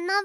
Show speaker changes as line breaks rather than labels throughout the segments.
の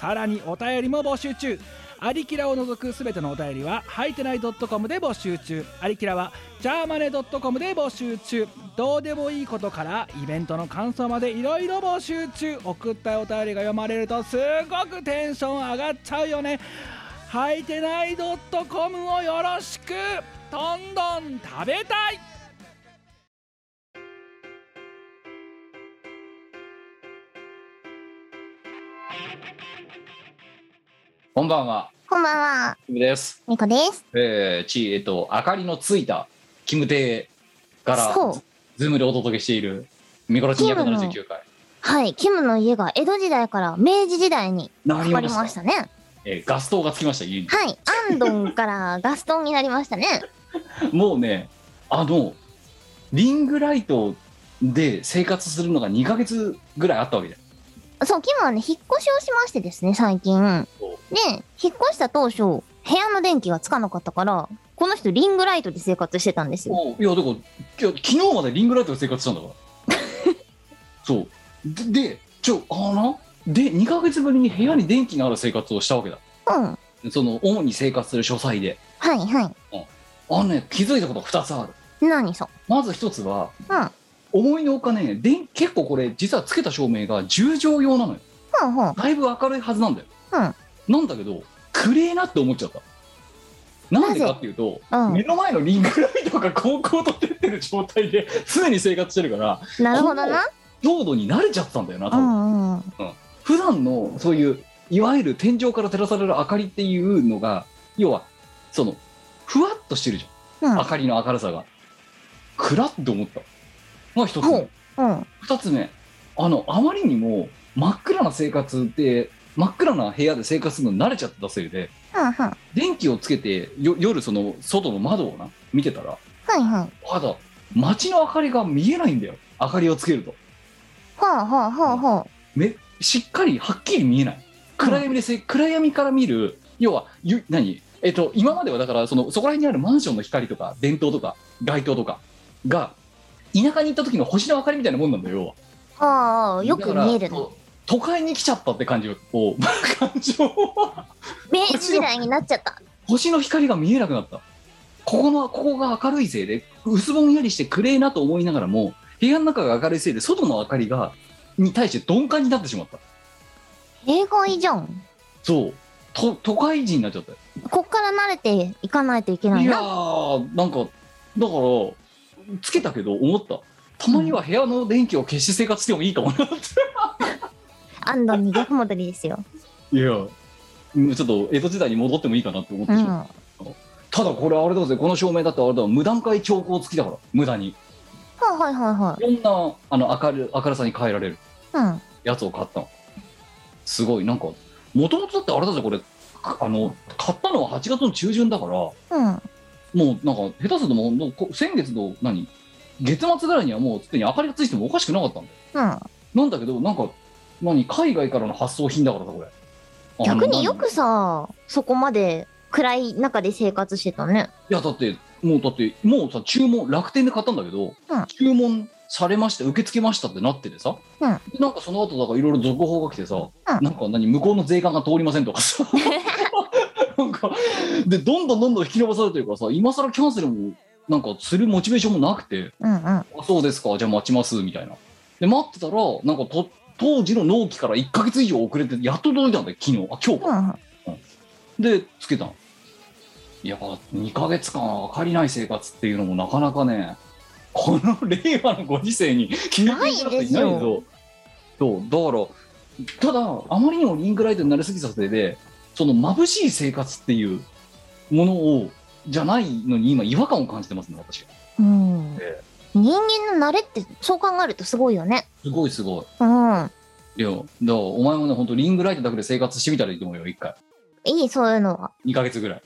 さらにお便りも募集中アリキラを除くすべてのお便りは、はいてない .com で募集中。アリキラは、ジャーマネ .com で募集中。どうでもいいことから、イベントの感想までいろいろ募集中。送ったお便りが読まれると、すごくテンション上がっちゃうよね。はいてない .com をよろしくどんどん食べたい
こんばんは、
こんばんは
キムです。
みこです
えー、ち、えっと、明かりのついた、キム亭から、
そう
ズームでお届けしている、ミコラチン
キ
279回。
はいキムの家が江戸時代から明治時代に
な
変わりましたね
えーガス灯がつきました、家に。
はいアンドンからガストンになりましたね
もうね、あの、リングライトで生活するのが2ヶ月ぐらいあったわけじゃん。
そうキムはね引っ越しをしましてですね最近で
そ
引っ越した当初部屋の電気がつかなかったからこの人リングライトで生活してたんですよ
いや、だから、きょ昨日までリングライトで生活したんだから。 そう。で、でちょ、あので、2ヶ月ぶりに部屋に電気のある生活をしたわけだ。
うん
その、主に生活する書斎で。
はいは
あのね、気づいたことが2つある。
い何そ
まず1つは、
ううん
思いのほかね、電結構これ、実はつけた照明が10畳用なのよ。
ほうほう
だいぶ明るいはずなんだよ、なんだけど暗えなって思っちゃったなんでかっていうと、
うん
目の前のリングライトが高校と出てる状態で常に生活してるから
なるほどな
濃度に慣れちゃったんだよな多
う
分、
んうん
普段のそういういわゆる天井から照らされる明かりっていうのが要はそのふわっとしてるじ
う
ゃん、
ん
明かりの明るさが暗って思ったまあ一つ目、
ほううん
2つ目あのあまりにも真っ暗な生活で真っ暗な部屋で生活するのに慣れちゃったせいで
はんはん
電気をつけてよ夜その外の窓をな見てたら
はいはい
まだ街の明かりが見えないんだよ明かりをつけると
ほうほうほうほう
めしっかりはっきり見えない暗闇でせ、暗闇から見る要はゆ何えっと今まではだからそのそこら辺にあるマンションの光とか電灯とか街灯とかが田舎に行った時の星の明かりみたいなもんなんだよ要は
ああよく見える
だから
ね
と都会に来ちゃったって感じをこう 感情を
明治時代になっちゃった
星の光が見えなくなったここのここが明るいせいで薄ぼんやりして暗えなと思いながらも部屋の中が明るいせいで外の明かりがに対して鈍感になってしまった
英語以上
そうと都会人になっちゃったよ
こっから慣れていかないといけない
いや
な
ーなんかだからつけたけど思ったたまには部屋の電気を消して生活してもいいかもなって
安藤に逆戻りですよ
いやうんちょっと江戸時代に戻ってもいいかなって思って
う
しま
ん
った、ただこれあれだぜこの照明だってあれだわ無段階調光付きだから無駄に
はいはいはいはい
ろんなあの明る明るさに変えられる
いうん
やつを買ったのすごいなんかもともとだってあれだぜこれかあの買ったのは8月の中旬だからも
うん
うなんか下手するともうもうこ先月の何月末ぐらいにはもうすでに明かりがついてもおかしくなかったんだよ
うん
なんだけどなんか何海外からの発送品だからさこれあの
逆に
何
よくさそこまで暗い中で生活してたね
いやだってもうだってもうさ注文楽天で買ったんだけど、
うん
注文されました受け付けましたってなっててさ、
うん
でなんかその後だからいろいろ続報が来てさ、
ん
なんか何向こうの税関が通りませんと かさなんかでどんどんどんどん引き延ばされてるからさ今更キャンセルもなんかするモチベーションもなくて
うんうんは
あそうですかじゃあ待ちますみたいなで待ってたらなんかと当時の納期から1か月以上遅れてやっと届いたんだよ昨日あ今日か、でつけたのいや2ヶ月間明かりない生活っていうのもなかなかねこの令和のご時世に経験した人いない
ないです
ぞそうだからただあまりにもリングライトになりすぎたせいでその眩しい生活っていうものをじゃないのに今違和感を感じてますね私
うん
え
人間の慣れってそう考えるとすごいよね
すごいすごい
うん
いやだからお前もね本当リングライトだけで生活してみたらいいと思うよ一回
いい、そういうのは。
2ヶ月ぐらい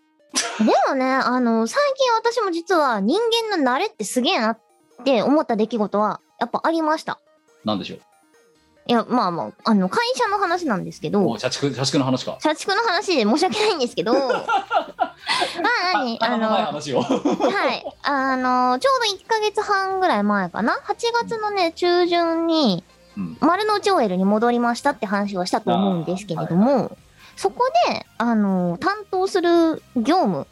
でもね、あの、最近私も実は人間の慣れってすげえなって思った出来事は、やっぱありました。
なんでしょう
いや、まあまあ、あの、会社の話なんですけ
お
ど、
う社畜社畜の話か
社畜の話で申し訳ないんです けど、まあ何あ
のない
の、
話を
はい。あの、ちょうど1ヶ月半ぐらい前かな ?8 月のね、中旬に
うん、
丸の内オイルに戻りましたって話をしたと思うんですけれども、そこで、あの、担当する業務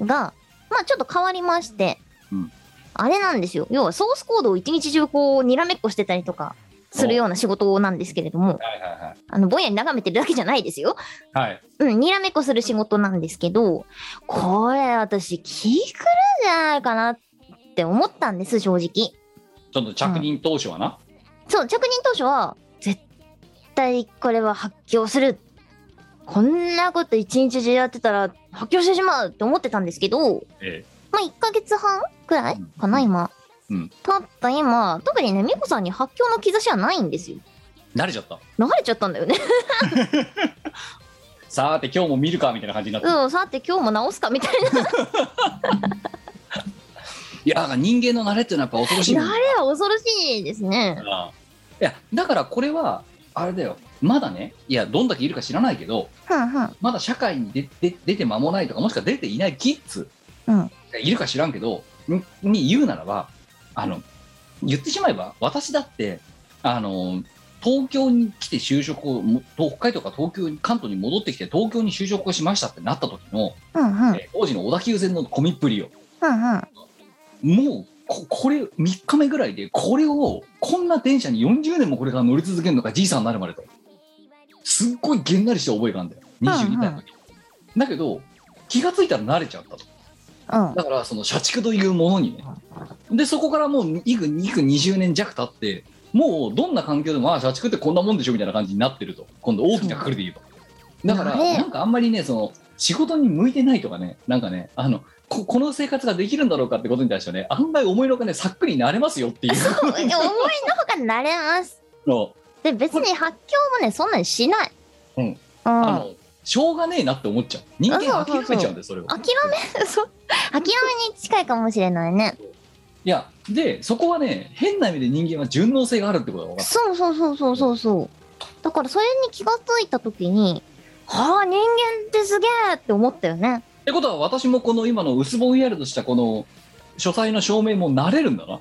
が、まあちょっと変わりまして、
うん
あれなんですよ。要はソースコードを一日中こう、にらめっこしてたりとかするような仕事なんですけれども、
はいは
あの、ぼんやり眺めてるだけじゃないですよ。
いはいはい
うん、にらめっこする仕事なんですけど、これ私気狂うんじゃないかなって思ったんです、正直。
ちょっと着任当初はな、
そう、着任当初は、絶対これは発狂する。こんなこと一日中やってたら発狂してしまうって思ってたんですけど、
え
まあ1ヶ月半くらいかな、
うん
今。
うん
たった今、特にね、美子さんに発狂の兆しはないんですよ。
え慣れちゃった
流れちゃったんだよ ね。
さーて今日も見るかみたいな感じになってる、
うん、さて今日も直すかみたいな。
いやだから人間の慣れっていうのはやっぱ恐ろしい
流
も
れ
んだ
は恐ろしいですね。
いやだからこれはあれだよまだねいやどんだけいるか知らないけど
ふんふん。
まだ社会に出出出て間もないとかもしくは出ていないキッズ、
うん
いるか知らんけどにに言うならばあの言ってしまえば私だってあの東京に来て就職をも東北海道から東京に関東に戻ってきて東京に就職をしましたってなった時の、
うんうん。
えー当時の小田急線のコミっぷりよ
うんうん。
もうここれ3日目ぐらいでこれをこんな電車に40年もこれから乗り続けるのかじいさんになるまでとすっごいげんなりした覚えがあるんだよ22歳の時、だけど気がついたら慣れちゃったと
うん。
だからその社畜というものにねでそこからもういくいく20年弱経ってもうどんな環境でもああ社畜ってこんなもんでしょみたいな感じになってると今度大きなくくりで言うとだから
ね
なんかあんまりねその仕事に向いてないとかねなんかねあのここの生活ができるんだろうかってことに対してはね案外思いのほかねさっくりになれますよっていう
思いのほか慣れます。
の
で、別に発狂もね、そんなにしない。
うん
うん。
あのしょうがねえなって思っちゃう人間諦めちゃうんだよそれを
諦め、そう。諦めに近いかもしれないね。
いやでそこはね変な意味で人間は順応性があるってことが分かっ
そうそうそうそうそうそう。だからそれに気がついたときに、はあ、人間ってすげえって思ったよね。
たってことは私もこの今の薄ぼんやりとしたこの書斎の照明も慣れるんだな
ま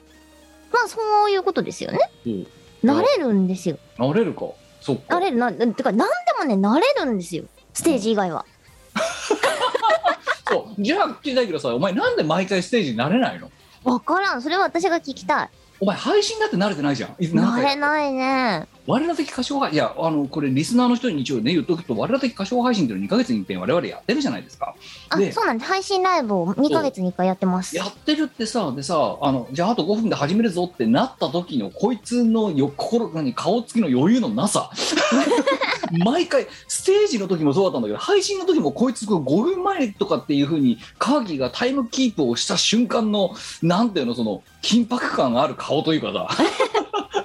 あ、そういうことですよね。
うん
慣れるんですよ。
慣れるかそっか
慣れるな、てか、なんでもね、慣れるんですよ。ステージ以外は。
そうじゃあ聞きたいけどさお前なんで毎回ステージに慣れないの
わからん。それは私が聞きたい。
お前配信だって慣れてないじゃんいつ
慣
何
れ
回
ないね。
我ら的歌唱配いやあのこれリスナーの人に一応ね言っとくと我ら的歌唱配信っていうの2ヶ月に一遍我々やってるじゃないですか
あ、
で
そうなんです。配信ライブを2ヶ月に1回やってます。
やってるってさでさあのじゃああと5分で始めるぞってなった時のこいつのよ心に顔つきの余裕の なさ毎回ステージの時もそうだったんだけど配信の時もこいつこう5分前とかっていう風にカーギーがタイムキープをした瞬間のなんていうのその緊迫感がある顔というかさ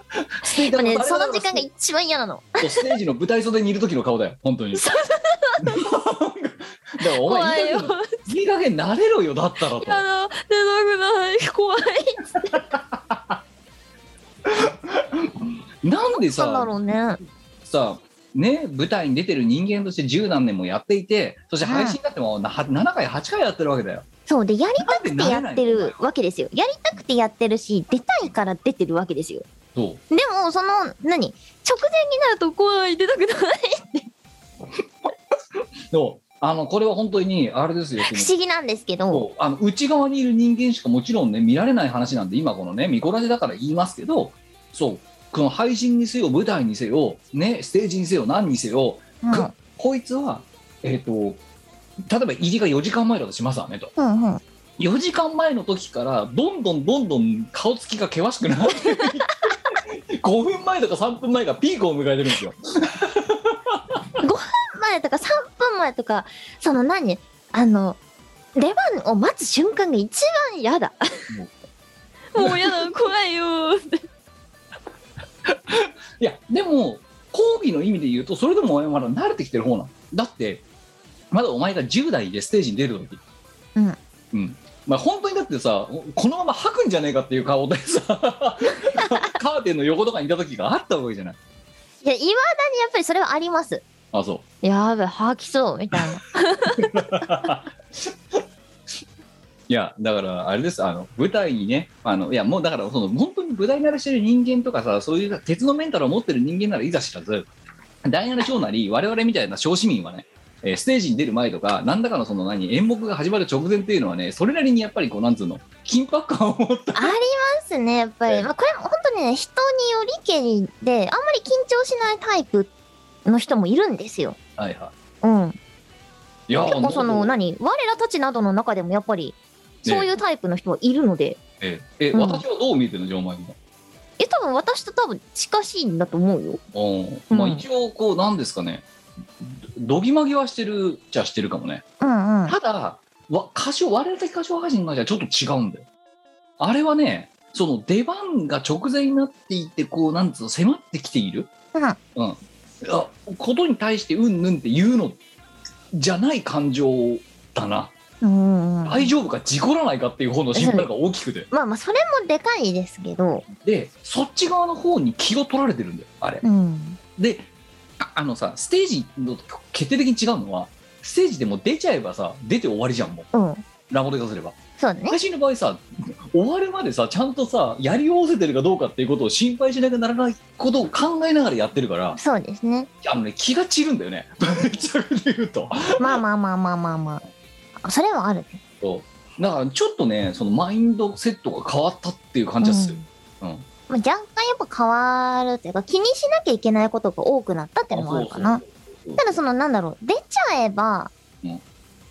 ステー
でもね
誰、々
その時間が一番嫌なの。
そうステージの舞台袖にいる時の顔だよ本当にだ からお前いい加減いい加減慣れろよだったらと
だ、出たくない。怖い。
なんで
なんだ
さ
ろうね。
さね舞台に出てる人間として十何年もやっていてそして配信だってもうな7回8回やってるわけだよ
そうで、やりたくてや
なん
っ
で
て
慣れない
るわけですよ。やりたくてやってるし、出たいから出てるわけですよ。
そう
でも、その、何直前になると怖い。出たくない。
そうあのこれは本当にあれですよその
不思議なんですけど。
そうあの内側にいる人間しかもちろんね見られない話なんで今このね見こらジだから言いますけどそうこの配信にせよ舞台にせよ、ね、ステージにせよ何にせよ、
うん。
くこいつはえっ、と例えば入りが4時間前だとしますわねと
うんうん。
4時間前の時からどんどんどんどん顔つきが険しくなって5分前とか3分前がピークを迎えてるんですよ
前とか3分前とか、その何あの、出番を待つ瞬間が一番嫌だ。もう嫌だ、怖いよ。
いやでも講義の意味で言うとそれでもお前まだ慣れてきてる方なのだってまだお前が10代でステージに出る時
うん
うんまあ本当にだってさこのまま吐くんじゃねえかっていう顔でさカーテンの横とかにいた時があったわけじゃない
いや、いまだにやっぱりそれはあります。
あそう
やべ、吐きそう、みたいな。
いやだからあれですあの舞台にねあのいやもうだからその本当に舞台慣れしてる人間とかさそういう鉄のメンタルを持ってる人間ならいざ知らず第7章なり我々みたいな小市民はねえーステージに出る前とか何らかのその何演目が始まる直前っていうのはねそれなりにやっぱりこうなんつうの緊迫感を持った
ありますね、やっぱ
ええ
り。まあ、これも本当にね、人によりけりで、あんまり緊張しないタイプの人もいるんですよ。
はいは
うん。
いいや
結構その、
なんか
何我らたちなどの中でもやっぱり、そういうタイプの人はいるので、
えええ
うん
私はどう見えてるのじゃあお前も
え、多分私と多分近しいんだと思うよ。
おまあ
うん
一応こうなんですかねどどぎまぎはしてるじゃしてるかもね
うんうん。
ただわ歌唱我々的歌唱配信に関してはちょっと違うんだよあれはねその出番が直前になっていってこうなんつうの迫ってきている
うん
うんあことに対してうんぬんって言うのじゃない感情だな、
うんうんうん。
大丈夫か事故らないかっていう方の心配が大きくて
まあまあ、それもでかいですけど、
でそっち側の方に気を取られてるんだよあれ
うん。
でああのさステージの決定的に違うのはステージでもう出ちゃえばさ出て終わりじゃんもう
うん。
ラボで出せれば
そうだね。
配信の場合さ終わるまでさちゃんとさやりおせてるかどうかっていうことを心配しなきゃならないことを考えながらやってるから
そうですね。
あの、ね、気が散るんだよねぶっちゃけ言うと
まあまあまあまあまあまあ。それはあるね。
そうだからちょっとねそのマインドセットが変わったっていう感じがする、うん
まあ、若干やっぱ変わるというか気にしなきゃいけないことが多くなったっていうのもあるかな
あそうそうそう
ただそのなんだろう出ちゃえば、
うん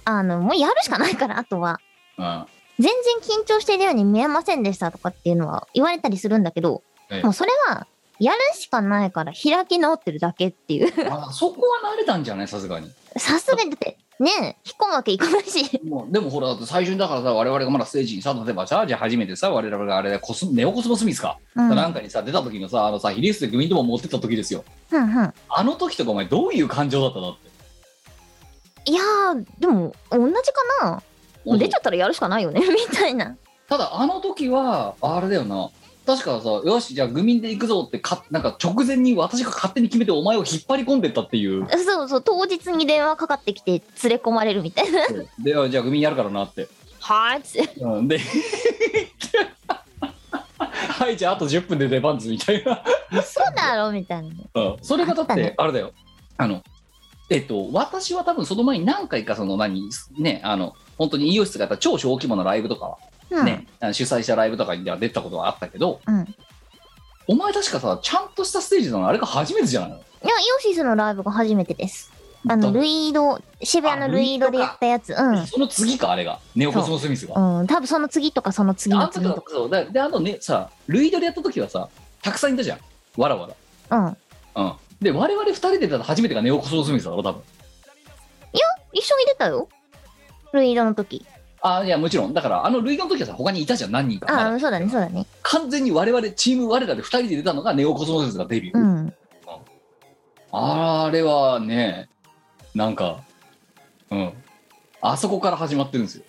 あのもうやるしかないからあとは
うん
全然緊張しているように見えませんでしたとかっていうのは言われたりするんだけど、
ええ
もうそれはやるしかないから開き直ってるだけって いう
あそこは慣れたんじゃないさすがに
さすがにだってねえ引っ込むわけいかないし
もうでもほらだって最初にだからさ我々がまだステージにさ例えばさじゃあ初めてさ我々があれだコスネオコスモスミスか、
うん
なんかにさ出た時のさあのさヒリウスでグミンとも持ってった時ですよ
うんうん
あの時とかお前どういう感情だったのって
いやーでも同じかなもう出ちゃったらやるしかないよねみたいな
ただあの時はあれだよな確かさよしじゃあグミンで行くぞってかなんか直前に私が勝手に決めてお前を引っ張り込んでったっ ていう
そうそう当日に電話かかってきて連れ込まれるみたいな
であじゃあグミンやるからなって、
はーいっつって
うん、で はいじゃああと10分で出番ですみたいな
そうだろみたいな
うんそれが
あ
だっ
った
て
ね
あれだよあのえっと私は多分その前に何回かその何ねあの本当に医療室があった超小規模なライブとか
う
は
ん、
ね、あの主催したライブとかには出たことはあったけど
うんいや
お前確かさちゃんとしたステージなのあれが初めてじゃないの
イオシスのライブが初めてですあ
だ
のルイード渋谷のルイードでやったやつうん
その次かあれがネオコスモスミスが。
うん、多分その次とかその次
あ
の
の時
次
は
と
そうだであのねさルイドでやった時はさたくさんいたじゃんわらわ
か、うん、
ら。うん、で我々二人で出た初めてがネオコスモスミスだろ多分。
一緒に出たよルイードの時
あいやもちろんだからあのルイドの時はさ他にいたじゃん何人か。まだ
ああそうだねそうだね
完全に我々チーム我らで2人で出たのがネオコスモスがデビュー、
うん
あれはねなんかうんあそこから始まってるんですよ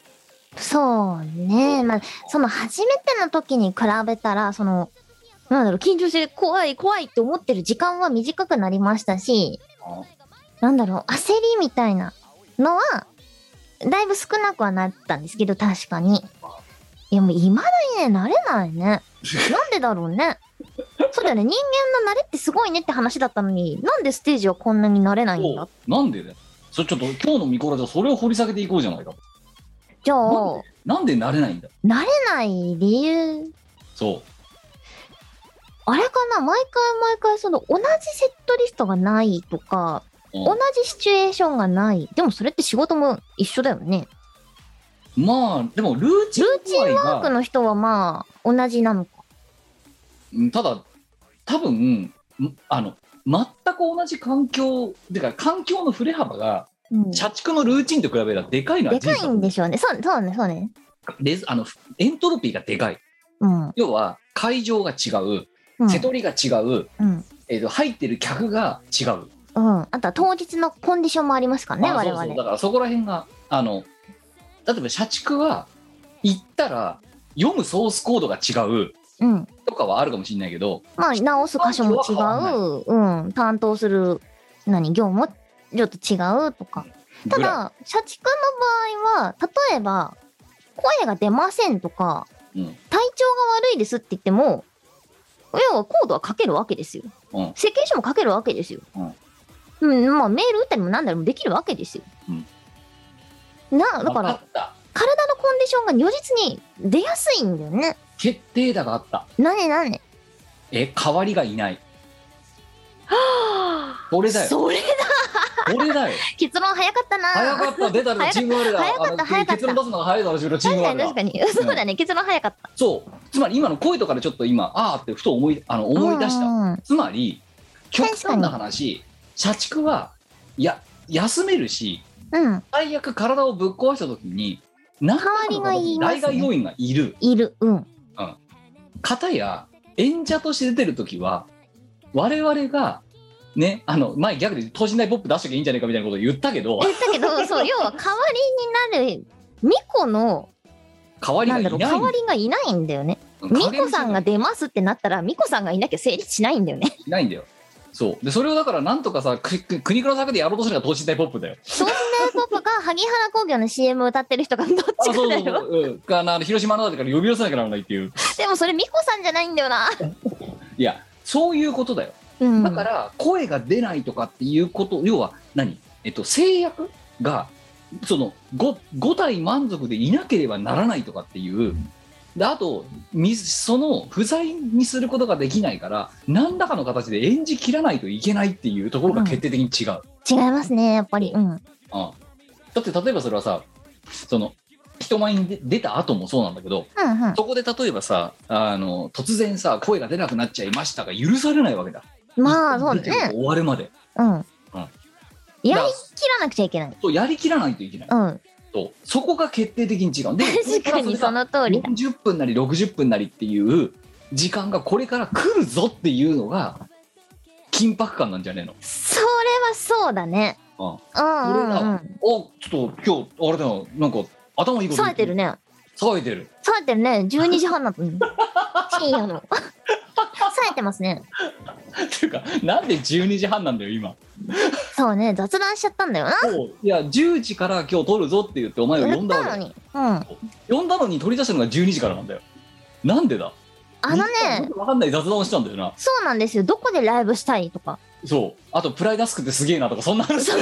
そうねまあその初めての時に比べたらそのなんだろう緊張して怖い怖いって思ってる時間は短くなりましたし
あ
なんだろう、焦りみたいなのは、だいぶ少なくはなったんですけど、確かに。いや、もう、いまだにね、慣れないね。なんでだろうね。そうだよね、人間の慣れってすごいねって話だったのに、なんでステージはこんなに慣れないんだ
なんでねそれちょっと今日のミコラじゃそれを掘り下げていこうじゃないか
じゃあ、
な
慣
んでなんでなれないんだ
れない理由、
そ
あれかな、毎回毎回、その、同じセットリストがないとか、
う、う
同
ん
じシチュエーションがない。でも、それって仕事も一緒だよね。
まあでもルーチン
ルーチンワークの人は、まあ、同じなのか。
うんただ多分んあの全く同じ環境てか環境の振れ幅が
うん
社畜のルーチンと比べたらでかいのは
で
事実
か
だと
い
思うん
でしょうね。そうそうね、そうね。
レズあのエントロピーがでかい
うん。
要は会場が違う
うん
瀬戸りが違う、
うん。
えー、と入ってる客が違う
うん。あとは当日のコンディションもありますからね、
あ
我
そう
々。
そうだからそこら辺があの例えば社畜は行ったら読むソースコードが違う
うん。
とかはあるかもしれないけど
まあ、直す箇所も違
環境は変
う、うん。担当する、何、業務もちょっと違うとか。た
ぐら
だ、社畜の場合は、例えば、声が出ませんとか、
いうん
体調が悪いですって言っても、要はコードは書けるわけですよ。
うん
設計書も書けるわけですよ。うん、まあメール打ったりも何だりもできるわけですよ。な、だか
あ
ら
った
体のコンディションが如実に出やすいんだよね。
決定打があった
なねなね。
え代わりがいないそれだよ
それ
そ れだよ
結論早かったな。
早かった出たらチームワールだ
早かった
あの
早かった
結論出すのが早いだろ後ろチー
確
ムワ
か
ール
に
だ
確かに。そうだね、結論早かった。
そうつまり今の声とかでちょっと今ああってふと思いあの思い出した
た。
つまり極端な話社畜はいや休めるし
うん、
最悪体をぶっ壊した時に代
代わりがいますね
代替要員がいる
いる。うん。
方や演者として出てる時は我々がねあの前逆に等身大ポップ出しときゃいいんじゃないかみたいなことを言ったけど
言ったけど、そう、要は代わりになる、ミコの、
代わり
な
が
んだろう、
いないんだ
代わりがいないんだよね。
うん
ミ
影
コ
武者
さんが出ますってなったら、ミコさんがいなきゃ成立しないんだよね。
いないんだよそうでそれをだからなんとかさくく国倉作でやろうとしたのが等身大ポップだよ
そんなポップが萩原工業の CM 歌ってる人がどっ
あ
ちか
そう
だ
そうそ
よ。
う、うん、あの広島のだから呼び寄せなきゃならないっていう
でもそれミコさんじゃないんだよな。
いやそういうことだよ
うん。
だから声が出ないとかっていうこと要は何、えっと、制約がその 5, 5体満足でいなければならないとかっていうであとみその不在にすることができないから何らかの形で演じきらないといけないっていうところが決定的に違う、
違いますね、やっぱり。うん。
うんだって例えばそれはさその人前に出出た後もそうなんだけど
うんうん
そこで例えばさあの突然さ声が出なくなっちゃいましたが許されないわけだ
まあそうだ
出て
ね。
終わるまで
うん。やりき
だから
らなくちゃいけない。
そうやりきらないといけない
うん。
とそこが決定的に違うで
確かにその通りだ。
40分なり60分なりっていう時間がこれから来るぞっていうのが緊迫感なんじゃねえの
それはそうだね。
あ
うんう
俺が
んう
あ
ん。
ちょっと今日あれだよなんか頭いいこと
冴えてるね。
冴えてる
冴えてるね。12時半なの に。深夜の。冴えてますね。
っていうかなんで12時半なんだよ今
そうね、雑談しちゃったんだよな。
そういや10時から今日撮るぞって言ってお前を呼んだ
やった
わ
の
け
に。うん。
呼んだのに取り出したのが12時からなんだよなんでだ
あの
よ
ね、
くわかんない雑談をしたんだよな
そうなんですよ。どこでライブしたいとか。
そうあとプライダスクってすげえなとかそんな話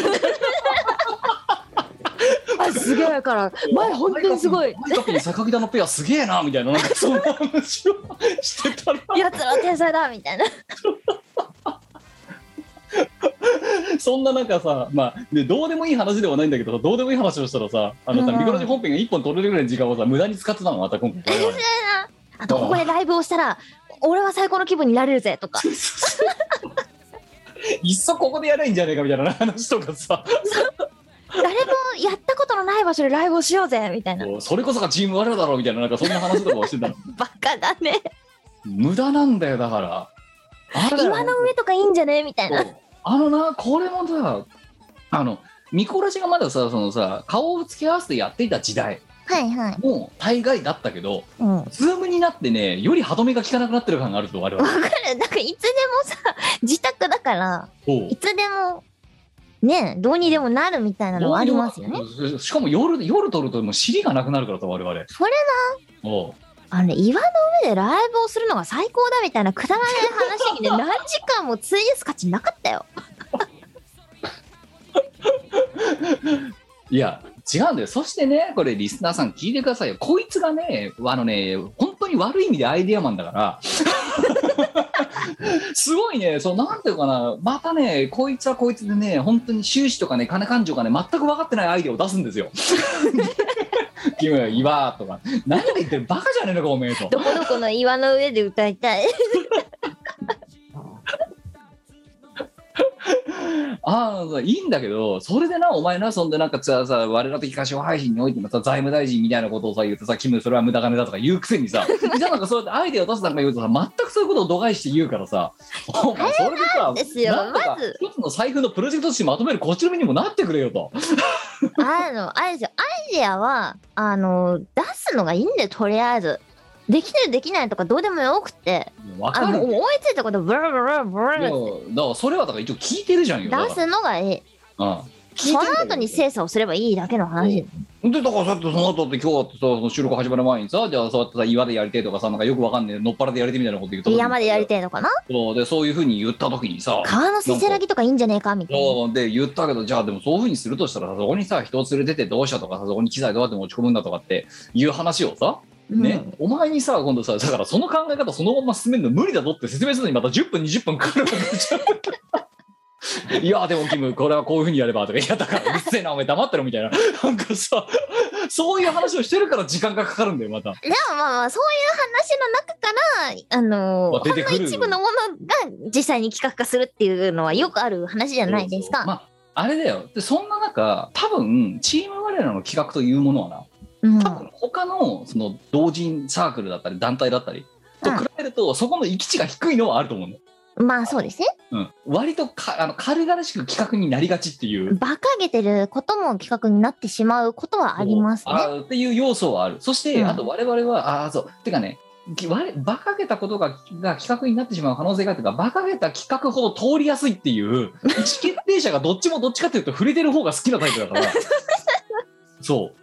あ、すげえから、
特に坂木田のペアすげえなみたい ななんかそんな話をしてたら
やつら天才だみたいな。
そんななんかさまあでどうでもいい話ではないんだけどさどうでもいい話をしたらさあのさ
うん
ミコラジ本編が1本取れるぐらいの時間をさ無駄に使ってたのまた今回 我々
あと、ここでライブをしたら、俺は最高の気分になれるぜとか。
いっそここでやればいいんじゃねえかみたいな話とかさ
誰もやったことのない場所でライブをしようぜみたいな。
こうそれこそがチーム我々だろうみたいななんかそんな話とかをしてたの
バカだね。
無駄なんだよだからあれだよ
岩の上とかいいんじゃねみたいな。
そうあのなこれもさあのミコラジがまださそのさ顔を付け合わせてやっていた時代
はいはい。
もう大概だったけど
うん。わ
ズームになってねより歯止めが効かなくなってる感があると我々
かる。なんかいつでもさ、自宅だから、
そう
いつでも、ね、どうにでもなるみたいなのはありますよね。
しかも夜夜撮るともう尻がなくなるからさ我々
それ
おう
あのね、岩の上でライブをするのが最高だみたいなくだらない話にね、何時間も費やす価値なかったよ。
いや違うんだよそしてねこれリスナーさん聞いてくださいよこいつがねあのね本当に悪い意味でアイデアマンだからすごいねそうなんていうかなまたねこいつはこいつでね本当に収支とかね金勘定がね全く分かってないアイデアを出すんですよ 君は岩とか何が言ってるバカじゃねえのかおめえ と
どこどこの岩の上で歌いたい。
あああいいんだけどそれでなお前なそんでなんかささ我ら的歌唱配信においてもさ財務大臣みたいなことをさ言ってさキムそれは無駄金だとか言うくせにさじゃあなんかそうやってアイデアを出すなんか言うとさ全くそういうことを度外して言うからさお前それでさ
ですよ
なんとか
まず
一つの財布のプロジェクトとしてまとめるこっちの身にもなってくれよと
あの、あれですよ、アイデアは、あの、出すのがいいんだよ、とりあえず。できるできないとかどうでもよくて、
わ
あ
か
の
る
思いついたことブラブラブラブ
いや
ラ
だからそれはだから一応聞いてるじゃんよだ
出
か
すのがいい。
らうん聞いてん
そ
だ
の
け
後
ど
に精査をすればいいだけの話。
でだからさっきその後って今日ってさその収録始まる前にさじゃあそうやってさ岩でやりてえとかさなんかよくわかんねえのっぱらでやりてえみたいなこと言うと
山でやり
て
てえのかな
そうでそういうふうに言った時にさ
川のせせらぎとかいいんじゃねえかみたいな。
そうで言ったけどじゃあでもそういうふうにするとしたらさそこにさ人を連れてってどうしたとかさそこに機材どうやって持ち込むんだとかっていう話をさね、お前にさ今度さだからその考え方そのまま進めるの無理だぞって説明するのにまた10分20分かかるわけじゃんいやでもキムこれはこういうふうにやればとかいやだからうっせえなお前黙ってろみたいななんかさそういう話をしてるから時間がかかるんだよまた
でもまあまあそういう話の中からあの
まあ出てく
ほ
る
んの一部のものが実際に企画化するっていうのはよくある話じゃないですか。
まああれだよでそんな中多分チーム我らの企画というものはな
うん
多分他のその同人サークルだったり団体だったりと比べると、そこの行き地が低いのはあると思うの、
まあそうですね。
うん、割とかあの軽々しく企画になりがちっていう
馬鹿げてることも企画になってしまうことはありますね。
あっていう要素はある。そして、
うん
あと我々は、ああ、そう。てかね、き我馬鹿げたことがが企画になってしまう可能性があるというか、馬鹿げた企画ほど通りやすいってい う、意思決定者がどっちもどっちかというと触れてる方が好きなタイ プだから。そう。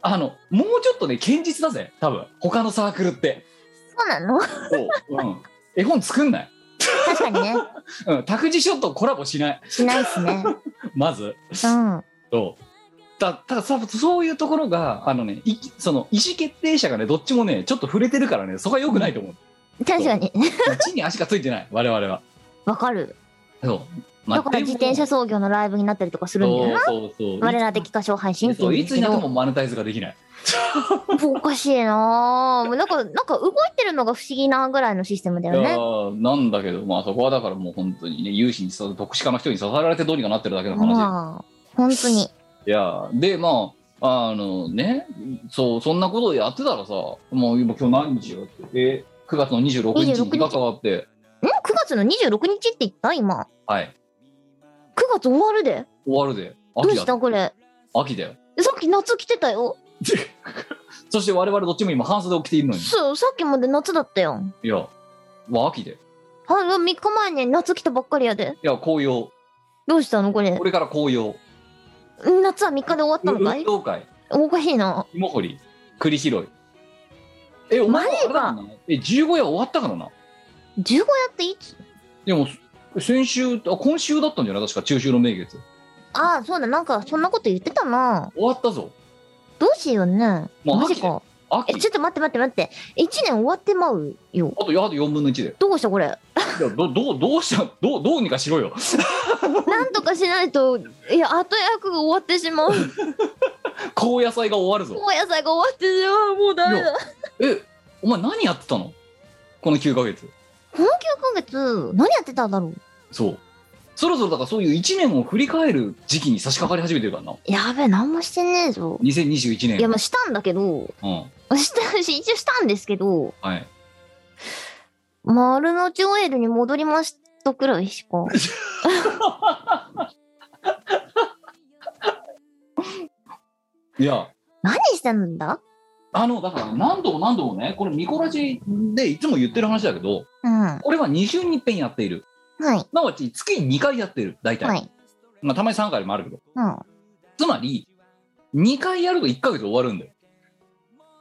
あの、もうちょっとね、堅実だぜ、多分。他のサークルって。
そうなの
そう。うん。絵本作んない。
確かにね。
うん。託児所とコラボしない。
しないっすね。
まず。
うん。
そうだたださそういうところがあのねいその意思決定者がねどっちもねちょっと触れてるからねそこは良くないと思う、
確かに。
地に足がついてない我々は
わかる。
そう、
だから自転車操業のライブになったりとかす
す
るんだよな。
そうそうそう
我ら的歌唱配信ってい
そううんい
だ
つ
け
になって
ど
もマネタイズができない
おかしいなぁ。なんか、なんか動いてるのが不思議なぐらいのシステムだ
い
よ
や
ね。
ーなんだけどまあそこはだからもう本当にね有志にそ特殊家の人に支えられてどうにかなってるだけの話、
まあ、本当に。
いやでまああのねそうそんなことをやってたらさもう今今日何日よってえ9月の26日に今変わって
ん ?9 月の26日って言った今。
はい
9月終わるで。
終わるで
どう
秋だ
したこれ。
秋だよ
さっき夏来てたよ。
そして我々どっちも今半袖を着ているのに
そう、さっきまで夏だったよ。
いやは秋でい
はい、3日前に夏来たばっかりやで。
や紅葉
どうしたのこれ
こ。れから紅葉
夏は3日で終わったのか
運
い
動会
おかしいな。
芋掘り栗拾いえお前はあれだからなえ15夜終わったからな
15やっていつ
でも先週あ今週だったんじゃない確か中秋の名月
ああ、そうだ、なんかそんなこと言ってたな。
終わったぞ
どうしようね。
もう
マ
秋
ジか。え、
秋
ちょっと待って待って待って。1年終わってまうよ。
あとやはり4分の1で
どうしたこ れ。
いやどどうどうしたどうどうにかしろよ
なんとかしないと、いや、後役が終わってし まう。
高野菜が終わるぞ
高野菜が終わってしまう。もうダメだ。
えお前何やってたのこの9ヶ月
この9ヶ月、何やってたんだろう。
そう。そろそろだからそういう1年を振り返る時期に差し掛かり始めてるからな。
やべえ、何もしてねえぞ。
2021年。
いや、まあ、したんだけど、
うん。
したし、一応したんですけど、
はい。
丸の内オイルに戻りましたくらいし か。
いや、
何してんだ
あの、だから何度も何度もね、これミコラジでいつも言ってる話だけど、
うん。は
これは2週に一遍やっている。
い。
すなわち月に2回やってる。大体。
はい。
まあたまに3回もあるけど。
うん。
つまり、2回やると1ヶ月終わるんだよ。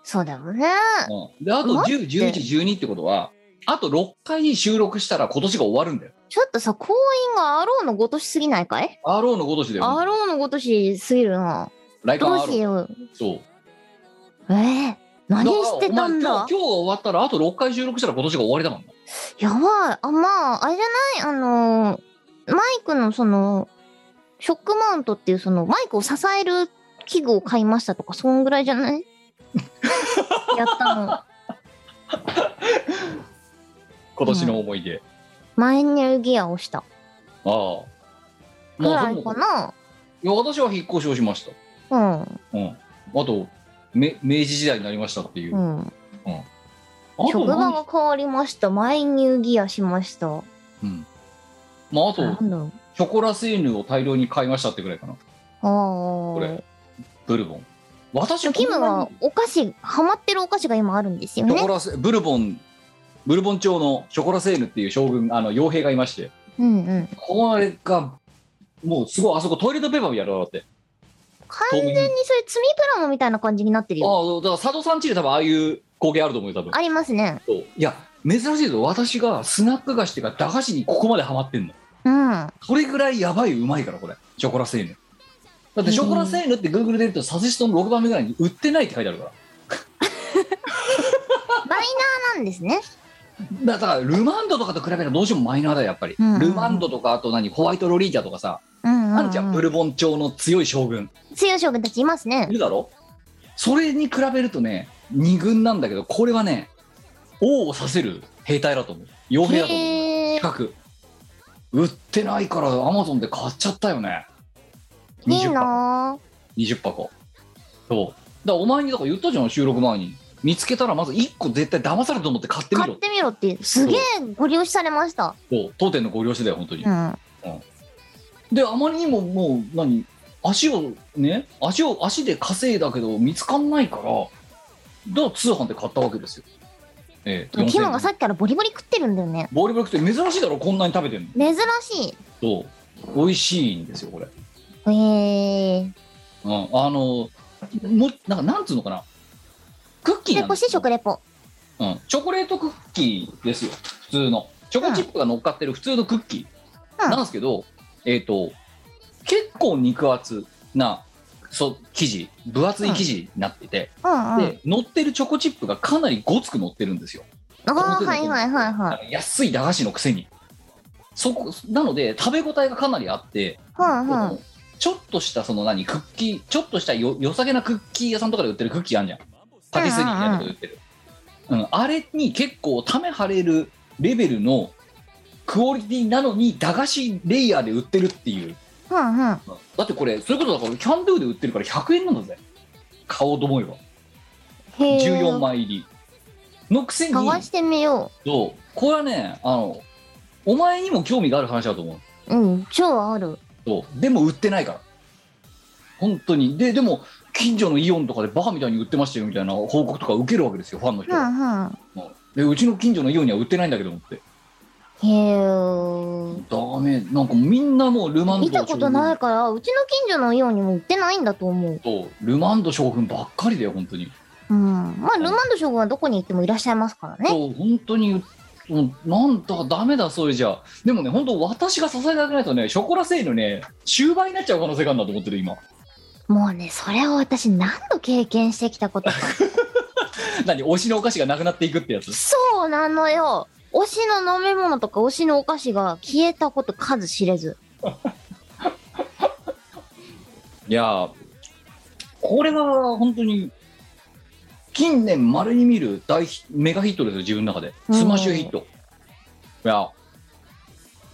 そうだよね。
うん、で、あと
待
10、11、12ってことは、あと6回収録したら今年が終わるんだよ。
ちょっとさ、婚姻があろうのごとしすぎないかい
RO の今年だよ。
あろうのごとしすぎるな。
来
ど
館
うし
RO。
よう。
そう。
えー、何してたん
からお前今
だ
日今日が終わったらあと6回収録したら今年が終わりだもんな
やばい。あ、まあ、あれじゃないあのー、マイクのその、ショックマウントっていうその、マイクを支える器具を買いましたとか、そんぐらいじゃない やったの。
今年の思い出、
マイナルギアをした。
ああ
ぐら
まあ
い
でも
かな。
いや私は引っ越しをしました
うん。
うんあとめ明治時代になりましたってい
う
う、あ
ん。
と
職場
何
が変わりました。前入ギアしました。
うんまああ
な
と
んだろう。
ショコラセーヌを大量に買いましたってぐらいかな
あ
こ
あ
れ。ブルボン私
キム
こんな
は
に
お菓子、ハマってるお菓子が今あるんですよ
ショ
ね。
コラセブルボンブルボン朝のショコラセーヌっていう将軍あの傭兵がいまして
うんうん。
これがもうすごいあそこトイレットペーパーみたいなのだって
完全にそれ積みプラモみたいな感じになってるよ。
ああだから佐渡さんちで多分ああいう光景あると思うよ多分
ありますね。
そういや珍しいぞ私がスナック菓子っていうか駄菓子にここまでハマってんの
うん。
それぐらいやばいうまいからこれショコラセーヌだってショコラセーヌってグーグルで言うとサジェストの6番目ぐらいに売ってないって書いてあるから
マイナーなんですね。
だからルマンドとかと比べるとどうしてもマイナーだよやっぱり、
うんうんうん
ルマンドとかあと何ホワイトロリータとかさ、
うん、うん。
あんちゃんブルボン朝の強い将軍
強い将軍たちいますね
い。るだろそれに比べるとね二軍なんだけどこれはね王をさせる兵隊だと思う傭兵だと思う
へえ。
企画売ってないからアマゾンで買っちゃったよね
いい
20箱
な
20箱そうだからお前にだから言ったじゃん収録前に見つけたらまず1個絶対騙されたと思って買って
ー
み
買
ろ
ってみろって、すげえご利用しされました。
そう当店のご了承だよ本当に、
うん。
であまりにももう何足をね足を足で稼いだけど見つかんないからだから通販で買ったわけですよええ
キムが
4000
さっきからボリボリ食ってるんだよね。
ボリボリ食って珍しいだろこんなに食べてんの
珍しい。
そう美味しいんですよこれ
へえー。
うん、あのもなんかなんつうのかなクッキー
レ
なん
ポ
で
して
すよ
食レポ。
うん、チョコレートクッキーですよ普通のチョコチップが乗っかってる普通のクッキ
う
ー
ん
なんですけど、えっ、と結構肉厚なそ生地分厚い生地になってて、
うんうん。
で乗ってるチョコチップがかなりごつく乗ってるんですよ
ああ、はいはいはいはい。
安い駄菓子のくせにそこなので食べ応えがかなりあって、
うんうん。
ちょっとしたその何クッキーちょっとしたよよさげなクッキー屋さんとかで売ってるクッキーあんじゃんパティスリーみたいなとこで売ってる、うんあれに結構ため張れるレベルのクオリティなのに駄菓子レイヤーで売ってるっていう、
うんうん。
だってこれそういうことだからキャンドゥで売ってるから100円なんだぜ買おうと思えば
へえ。
14枚入りのくせに
探してみよ
そうこれはねあのお前にも興味がある話だと思う
う。うん、超ある。
そうでも売ってないから本当にででも近所のイオンとかでバカみたいに売ってましたよみたいな報告とか受けるわけですよファンの人
う
が、
んうん。
うんでうちの近所のイオンには売ってないんだけどもって
へえ。
ダメなんかみんなもうルマンド
見たことないから、うちの近所のイオンにも売ってないんだと思う。
将軍とルマンド将軍ばっかりだよ本当に、
うん。まあ、ルマンド将軍はどこに行ってもいらっしゃいますからね。
そう本当にもうなんだダメだそれじゃでもね本当私が支えてあげないとねショコラセーヌね終売になっちゃう可能性があるんだと思ってる今
もうね、それを私何度経験してきたことか。
何推しのお菓子がなくなっていくってやつ
そうなのよ。推しの飲み物とか推しのお菓子が消えたこと数知れず。
いやーこれは本当に近年まれに見る大ヒメガヒットですよ自分の中でスマッシュヒット、いや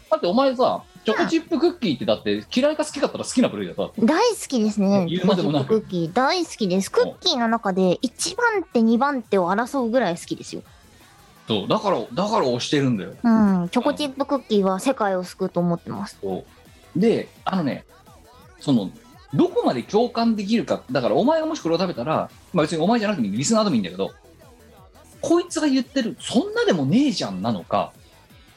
だってお前さチョコチップクッキーってだって嫌いか好きかったら好きな部類だった
大好きですね。
言うまでもなく
クッキー大好きです。クッキーの中で1番手2番手を争うぐらい好きですよ。
そうだからだから推してるんだよ
うん。チョコチップクッキーは世界を救うと思ってます。
そうであのねそのどこまで共感できるかだからお前がもしこれを食べたら、まあ、別にお前じゃなくてもリスナーでもいいんだけどこいつが言ってるそんなでもねえじゃんなのか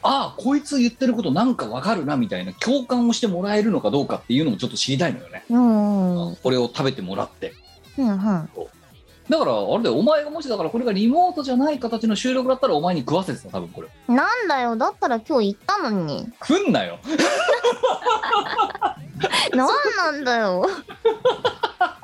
ああこいつ言ってることなんかわかるなみたいな共感をしてもらえるのかどうかっていうのもちょっと知りたいのよね、
うん。うん
これを食べてもらって
うん。
だからあれだよお前がもしだからこれがリモートじゃない形の収録だったらお前に食わせてた多分これ
なんだよ。だったら今日行ったの に。
食んなよ
なんなんだよ。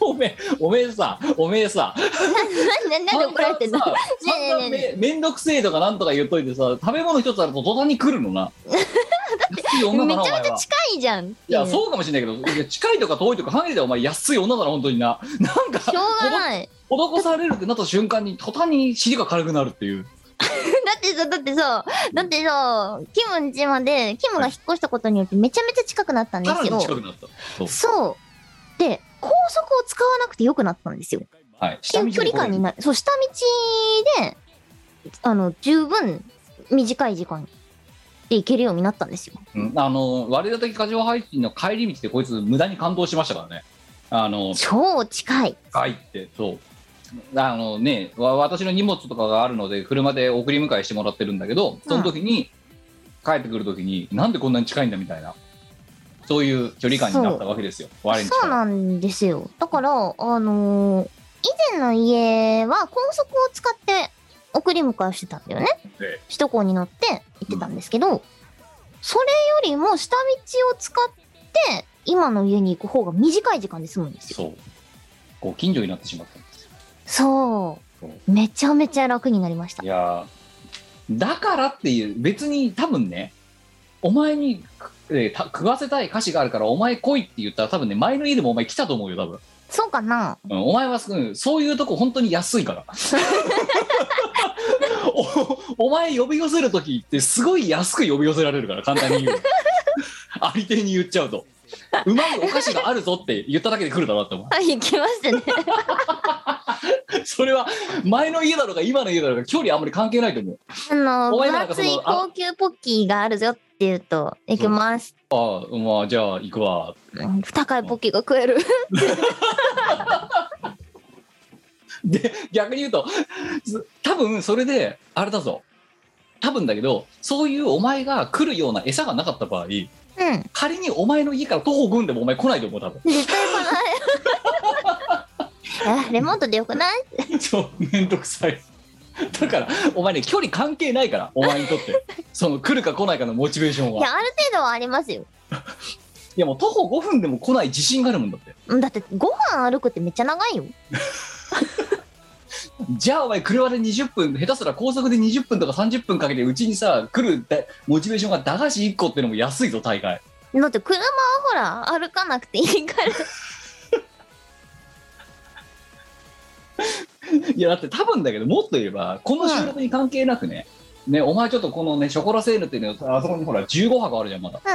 おめえおめえさおめえさ
な、な、なんで怒られてんのね
散々
えねえ
さ
ねえね
めめんどくせえとかなんとか言っといてさ食べ物一つあると途端に来る のな安い
え。め
女
ち
だ
ゃ
な
め
お前
ちゃ
は
近いじゃん。
いやそうかもしれないけどいや近いとか遠いとかはげだよお前安い女だな本当にななんか
しょうがない。
施されるってなった瞬間に途端に尻が軽くなるっていう
ってさ、だってさ、だってさ、キムんちまで、キムが引っ越したことによってめちゃめちゃ近くなったんで
さ
す
ら
けど、
に近くなった。そう
そう。で、高速を使わなくてよくなったんですよ。
はい。
っていう距離感になる。そう、下道で、あの、十分短い時間で行けるようになったんですよ。
うんあの割り当て過剰配信の帰り道でこいつ無駄に感動しましたからねあの
超近い。
帰ってそうあのねわ私の荷物とかがあるので車で送り迎えしてもらってるんだけどその時に、帰ってくる時になんでこんなに近いんだみたいなそういう距離感になったわけですよ我に
そうなんですよ。だから、あのー以前の家は高速を使って送り迎えしてたんだよね。
え
首都高に乗って行ってたんですけど、それよりも下道を使って今の家に行く方が短い時間で済むんですよ。
そうこう近所になってしまったんですよ
そ
そう
う。めちゃめちゃ楽になりました
い。やーだからっていう別に多分ねお前に、えーた食わせたい歌詞があるからお前来いって言ったら多分ね前の家でもお前来たと思うよ多分、
そうかな
うん、お前は、うん、そういうとこ本当に安いからおお前呼び寄せる時ってすごい安く呼び寄せられるから簡単に言うありていに言っちゃうとうまいお菓子があるぞって言っただけで来るだろうって思う
はい、行きましたね。
それは前の家だろうが今の家だろうが距離あんまり関係ないと思う
あの、
お前
分
なんか
厚
その
い高級ポッキーがあるぞって言うと、行きます。
ああまあじゃあ行くわ
うん高いポッキーが食える。
で逆に言うとす多分それであれだぞ多分だけどそういうお前が来るような餌がなかった場合
うん。
仮にお前の家から徒歩軍でもお前来ないと思う多分
絶 対来ない。あレモントでよくない
そう面倒くさいだからお前ね距離関係ないからお前にとってその来るか来ないかのモチベーション
い
は
やある程度はありますよ
いやもう徒歩5分でも来ない自信があるもんだって
うんだってご飯歩くってめっちゃ長いよ
じゃあお前車で20分下手すら高速で20分とか30分かけてうちにさ来るだモチベーションが駄菓子1個ってのも安いぞ大会
だって車はほら歩かなくていいから
いやだって多分だけどもっと言えばこの収録に関係なくね、ねお前ちょっとこのねショコラセールっていうのあそこにほら15箱あるじゃんまだ
うん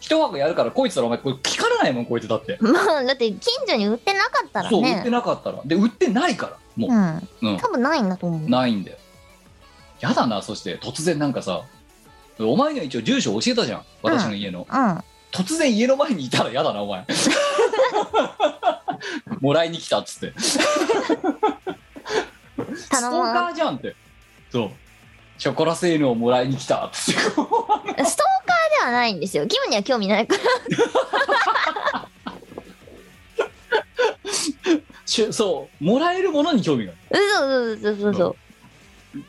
1箱やるからこいつらお前これ聞かれないもんこいつだって、
うんまあだって近所に売ってなかったら
そう売って
ね
なかったらで売ってないからも
うん
う、うん
多分ないんだと思う
ないんだよやだなそして突然なんかさお前には一応住所教えたじゃん私の家の、
うん
突然家の前にいたらやだなお前 もらいに来たっつって ス
頼
トーカ
む
ーじゃんってそうショコラセールをもらいに来たっつって こう
ストーカーではないんですよキムには興味ないから
しそうもらえるものに興味があ
うそうそうそうそ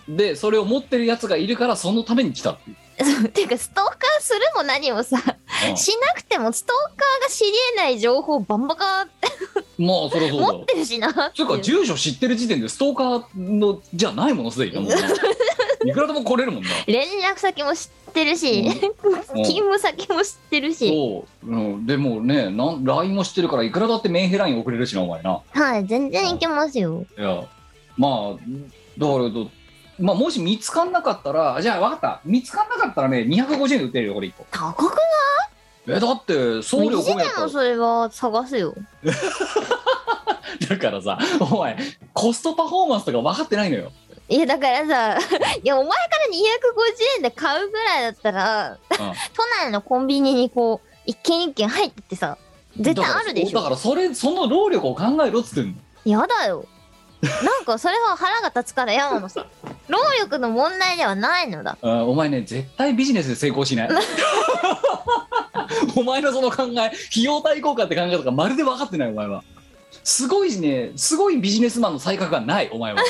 う
るでそれを持ってるやつがいるからそのために来たっていう、
そうていうかストーカーするも何もさしなくてもストーカーが知りえない情報バンバカ
うんまあそりゃそうだ
持っ
ろ
てるしなって
つ
いう
か住所知ってる時点でストーカーのじゃないものすで になもうないくらでも来れるもんな
連絡先も知ってるし、
ん
勤務先も知ってるし、
そう、うん、でもねなん LINE も知ってるからいくらだってメンヘライン送れるしなお前な
はい、全然いけますよ。
いやまあだからどまあ、もし見つかんなかったらじゃあ分かった見つかんなかったらね250円で売ってるよこれ1個
高く
えだって送料
2
込
時
みやっ
間
たら
もそれは探すよ。
だからさお前コストパフォーマンスとか分かってないのよ
いや、だからさ、 いや、お前から250円で買うぐらいだったら、
ん
都内のコンビニにこう、一軒一軒入ってってさ、絶対あるでし
だか
ょ。
らそれその労力を考えろっつってんの
やだよ。なんかそれは腹が立つからやなの さ。労力の問題ではないのだ。
あーお前ね絶対ビジネスで成功しないお前のその考え費用対効果って考えとかまるで分かってないお前はすごいねすごいビジネスマンの才覚がないお前は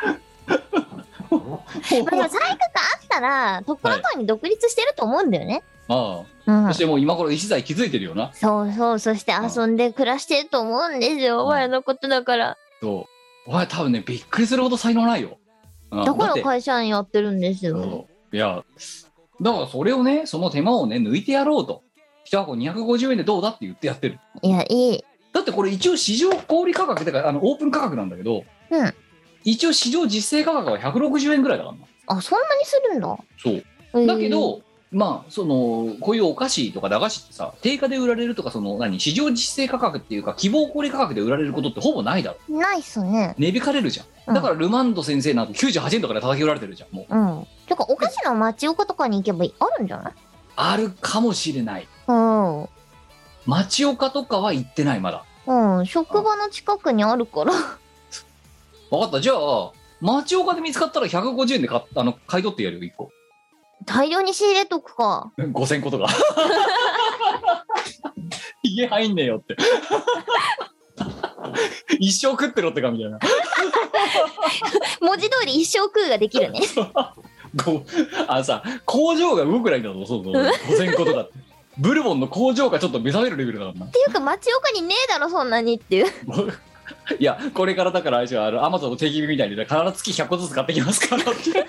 まあ、でも才覚があったら、とっくのとに独立してると思うんだよね。
あ
うん
あそしてもう今頃石材気づいてるよな
そうそう、そして遊んで暮らしてると思うんですよ、
うん
親のことだから。
そうお前多分ねびっくりするほど才能ないようん
だから
って
会社員やってるんですよ。
そういやだからそれをねその手間をね抜いてやろうと1箱250円でどうだって言ってやってる
いや、いい。
だってこれ一応市場小売価格だからあのオープン価格なんだけど、
うん
一応市場実勢価格は160円ぐらいだからな
あ、そんなにするんだ。
そう
へえ
だけ、ど、まあそのこういうお菓子とか駄菓子ってさ定価で売られるとかその何市場実勢価格っていうか希望小売価格で売られることってほぼないだろ
ないっすね。
値引かれるじゃ
うんん
だからルマンド先生なんて98円とかで叩き売られてるじゃんもう
うん。てか、お菓子の町岡とかに行けばいあるんじゃない
あるかもしれない
うん。
町岡とかは行ってないまだ
うん、職場の近くにあるから。
分かったじゃあ町岡で見つかったら150円で買っあの買い取ってやるよ1個
大量に仕入れとくか。
5000個とか家入んねえよって一生食ってろってかみたいな
文字通り一生食うができるね。
こうあのさ工場が動くらいだぞそうそう5000個とかってブルボンの工場がちょっと目覚めるレベルだからな
っていうか、町岡にねえだろ、そんなにっていう。
もういやこれからだからあれじゃあのアマゾンの定義日みたいにね必ず月100個ずつ買ってきますからって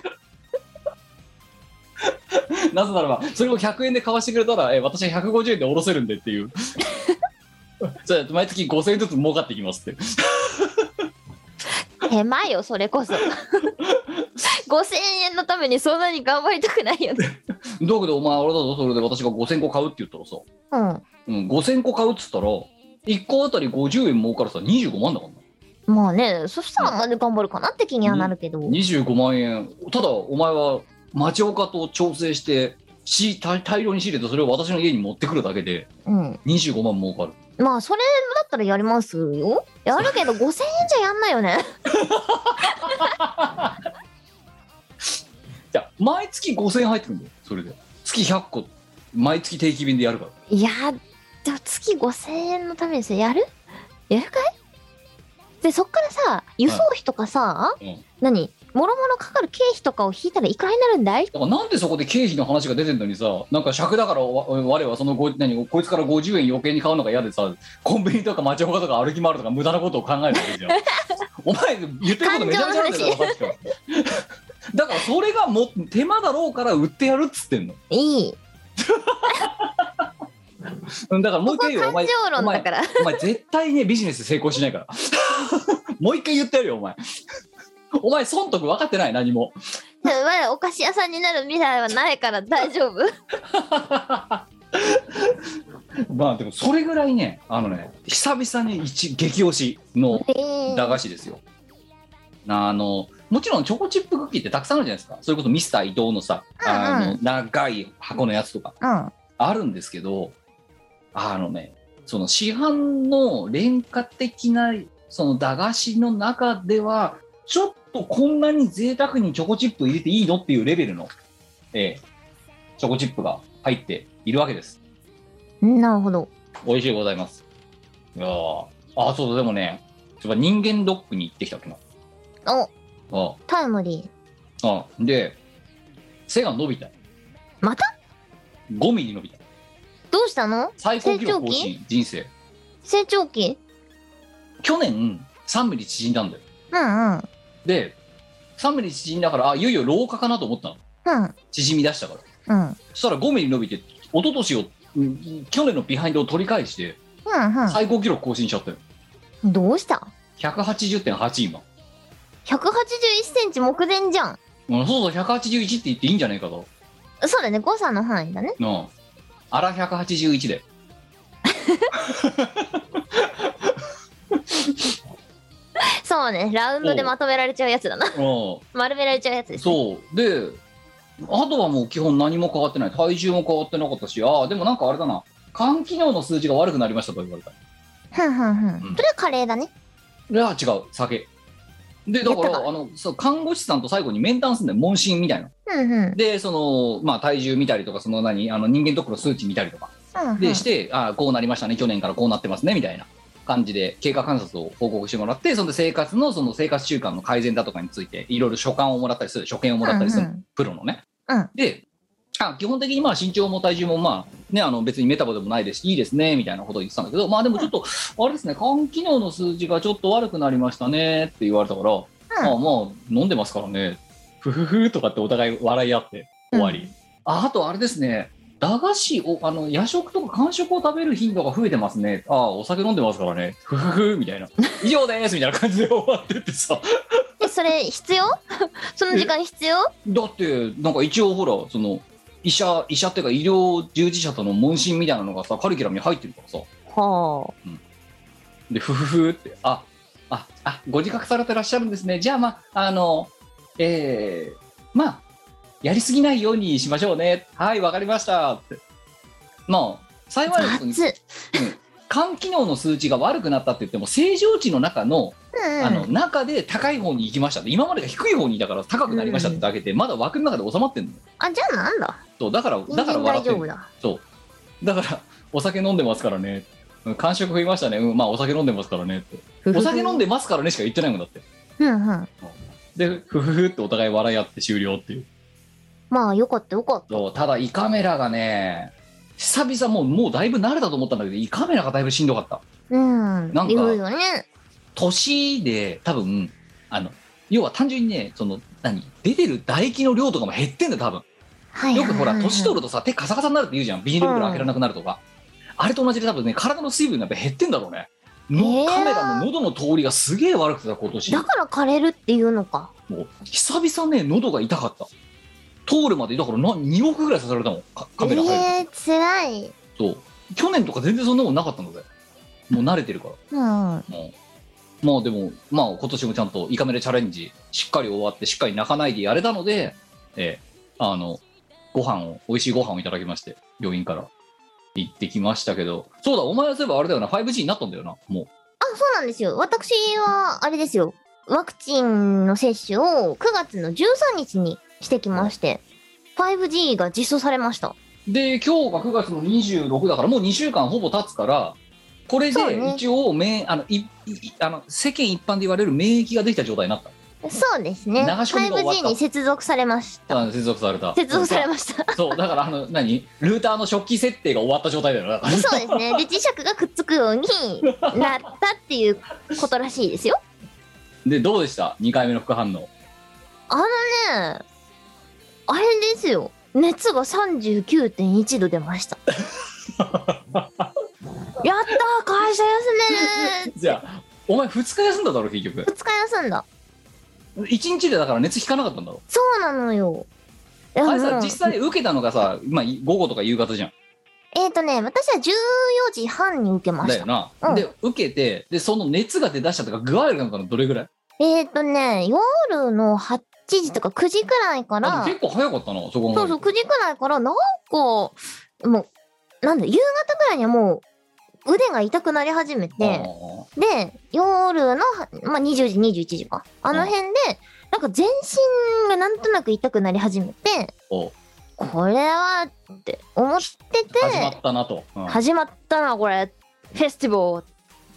なぜならばそれを100円で買わしてくれたらえ私は150円で下ろせるんでっていう じゃあ毎月5000円ずつ儲かってきますって
手間よ、それこそ。5000円のためにそんなに頑張りたくないよね。
だけどお前あれだぞそれで私が5000個買うって言ったらさ、
うん。
うん、5000個買うっつったら1個あたり50円儲かるさ25万だからな
まあね、そしたらまで頑張るかなって気にはなるけど。
25万円ただお前は町岡と調整してし大大量に仕入れてそれを私の家に持ってくるだけで
うん。
25万儲かる
まあ、それだったらやりますよ。やるけど、5000円じゃやんないよね。
じゃ毎月5000円入ってくるんだよそれで月100個毎月定期便でやるから
いや、でも月5000円のためにさ、やるやるかいで、そっからさ、輸送費とかさ、
うん
何もろもろかかる経費とかを引いたらいくらになるんだい
だからなんでそこで経費の話が出てんのにさなんか尺だからわ我はそのご何こいつから50円余計に買うのが嫌でさコンビニとか町岡とか歩き回るとか無駄なことを考えるわけじゃんお前言ってることめちゃめちゃあるんだよさっきからだからそれがも手間だろうから売ってやるっつってんの
いい。
うんだからもう
こ
一
こは
回言うよお
感
前
情論だから。
お前絶対ねビジネス成功しないから もう一回言ってやるよお前お前損得分かってない何も
ま だお菓子屋さんになる未来はないから大丈夫。
まあでもそれぐらいねあのね久々に一激推しの
えー
駄菓子ですよあのもちろんチョコチップクッキーってたくさんあるじゃないですかそれこそミスター伊藤のさ、あ
うん
の長い箱のやつとか
うん。
あるんですけどあのねその市販の廉価的なその駄菓子の中ではちょっとこんなに贅沢にチョコチップ入れていいのっていうレベルの、ええチョコチップが入っているわけです
なるほど。
美味しいございますいやーあそうだでもねそういえば人間ドックに行ってきたっけな
お、
あ
タイムリー。
あで背が伸びた
また
5ミリ伸びた
どうしたの
最高記録
成長
更
期
新人生
成長期
去年3ミリ縮んだんだよ
うんうん。
で3ミリ縮んだからあいよいよ老化かなと思ったの
うん。
縮み出したから
うん。
そしたら5ミリ伸びて一昨年をうん去年のビハインドを取り返して
うん
最高記録更新しちゃったよ
うん。どうした
180.8今、
181センチ目前じゃん。
うん、そうそう181って言っていいんじゃないかと
そうだね、誤差の範囲だね。
うんあら181で
そうね、ラウンドでまとめられちゃうやつだな。
う
丸められちゃうやつで
ん
す、ね。
そうであとはもう基本何も変わってない体重も変わってなかったしああでもなんかあれだな肝機能の数字が悪くなりましたと言われた
ふんふんふん。
うん
それはカレーだね。
いや違う酒でだか
やっ
ら
たか
あのそう看護師さんと最後に面談するんだよ問診みたいな
うんふん。うん
でその、まあ、体重見たりとかその何あの人間ドックの数値見たりとか
ふん
でして、ああこうなりましたね去年からこうなってますねみたいな感じで経過観察を報告してもらってそれで生活のその生活習慣の改善だとかについていろいろ所感をもらったりする所見をもらったりする、
うんうん
プロのね、
うん
であ基本的にまあ身長も体重もまあ、ね、あの別にメタボでもないですしいいですねみたいなことを言ってたんだけどまあでもちょっと、あれですね肝機能の数字がちょっと悪くなりましたねって言われたから、あまあ飲んでますからねふふふとかってお互い笑い合って終わり、
う
ああとあれですね駄菓子をあの夜食とか間食を食べる頻度が増えてますねああお酒飲んでますからねふふふみたいな以上ですみたいな感じで終わってってさ
で、それ必要 その時間必要
だってなんか一応ほらその医者医者っていうか医療従事者との問診みたいなのがさカリキュラムに入ってるからさ
は
でふふふってあああご自覚されてらっしゃるんですねじゃあまああのえー、まあやりすぎないようにしましょうねはいわかりましたってまあ幸
あ
いなことに
熱っ
肝機能の数値が悪くなったって言っても正常値の中の,、
うん
あの中で高い方に行きましたって今までが低い方にいたから高くなりましたってだけで、まだ枠の中で収まってんのよ
あじゃあなんだ
そうだから
人
だから
間大
笑って
丈
る
夫だ
そうだからお酒飲んでますからねうん間食食いましたねうんまあお酒飲んでますからねって
ふふふ
お酒飲んでますからねしか言ってないもんだって
うんうん
でふふふってお互い笑い合って終了っていう
まあよかったよかっ
そうただ胃カメラがね久々もうもうだいぶ慣れたと思ったんだけど胃カメラがだいぶしんどかった
たうん
なんか
いろいろね
年で多分あの要は単純にねその何出てる唾液の量とかも減ってんだよ多分
はい
よくほら年取
る
るとさ手カサカサになるって言うじゃんビニール袋開けられなくなるとか、あれと同じで多分ね体の水分なんて減ってんだろうねの、
えー
カメラの喉の通りがすげえ悪くてさ今年
だから枯れるっていうのか
もう久々ね喉が痛かった通るまでだからな2億ぐらい刺されたもんカカメラ入る
えー、つらい
と、去年とか全然そんなもんなかったのでもう慣れてるから
うん
もうまあでもまあ今年もちゃんとイカメラチャレンジしっかり終わってしっかり泣かないでやれたので、えーあのご飯を美味しいご飯をいただきまして病院から行ってきましたけどそうだお前はそういえばあれだよな 5G になったんだよなもう
あ、そうなんですよ。私は、あれですよ。ワクチンの接種を9月の13日にしてきまして、5G が実装されました。
で今日が9月の26だからもう2週間ほぼ経つからこれ
そう
で
ね
一応免、あのいいいあの世間一般で言われる免疫ができた状態になった
そうですね。
流し込みが終わった
5G に接続されました。
あの接続された
接続されました。
そうだからあの何ルーターの初期設定が終わった状態だよなだ から
そうですね。で、磁石がくっつくようになったっていうことらしいですよ。
でどうでした2回目の副反応
あのね、あれですよ。熱が39.1度出ま した。やったー会社休める
じゃあお前2日休んだだろ結局
ー !2 日休んだ。
1日でだから熱引かなかったんだろ
そうなのよ。いや
あれ
も
さ
う
実際受けたのがさ、まあ、い午後とか夕方じゃん
えっ、とね、私は14時半に受けま
だ
し
よ
た。
な、
うん
で受けてでその熱が出だしたとか具合がなんかのどれぐらい
えっ、とね、夜の8時とか9時くらいか
あ
ら、
結構早かったなそこ
そうそう、9時くらいから、なんか、もう、なんだ、夕方くらいにはもう、腕が痛くなり始め
あ
て、で、夜の、まあ、20時、21時か。あの辺で、なんか全身がなんとなく痛くなり始めて、
ーお
これはって思ってて、
始まったなと、うん
始まったなこれフェスティバル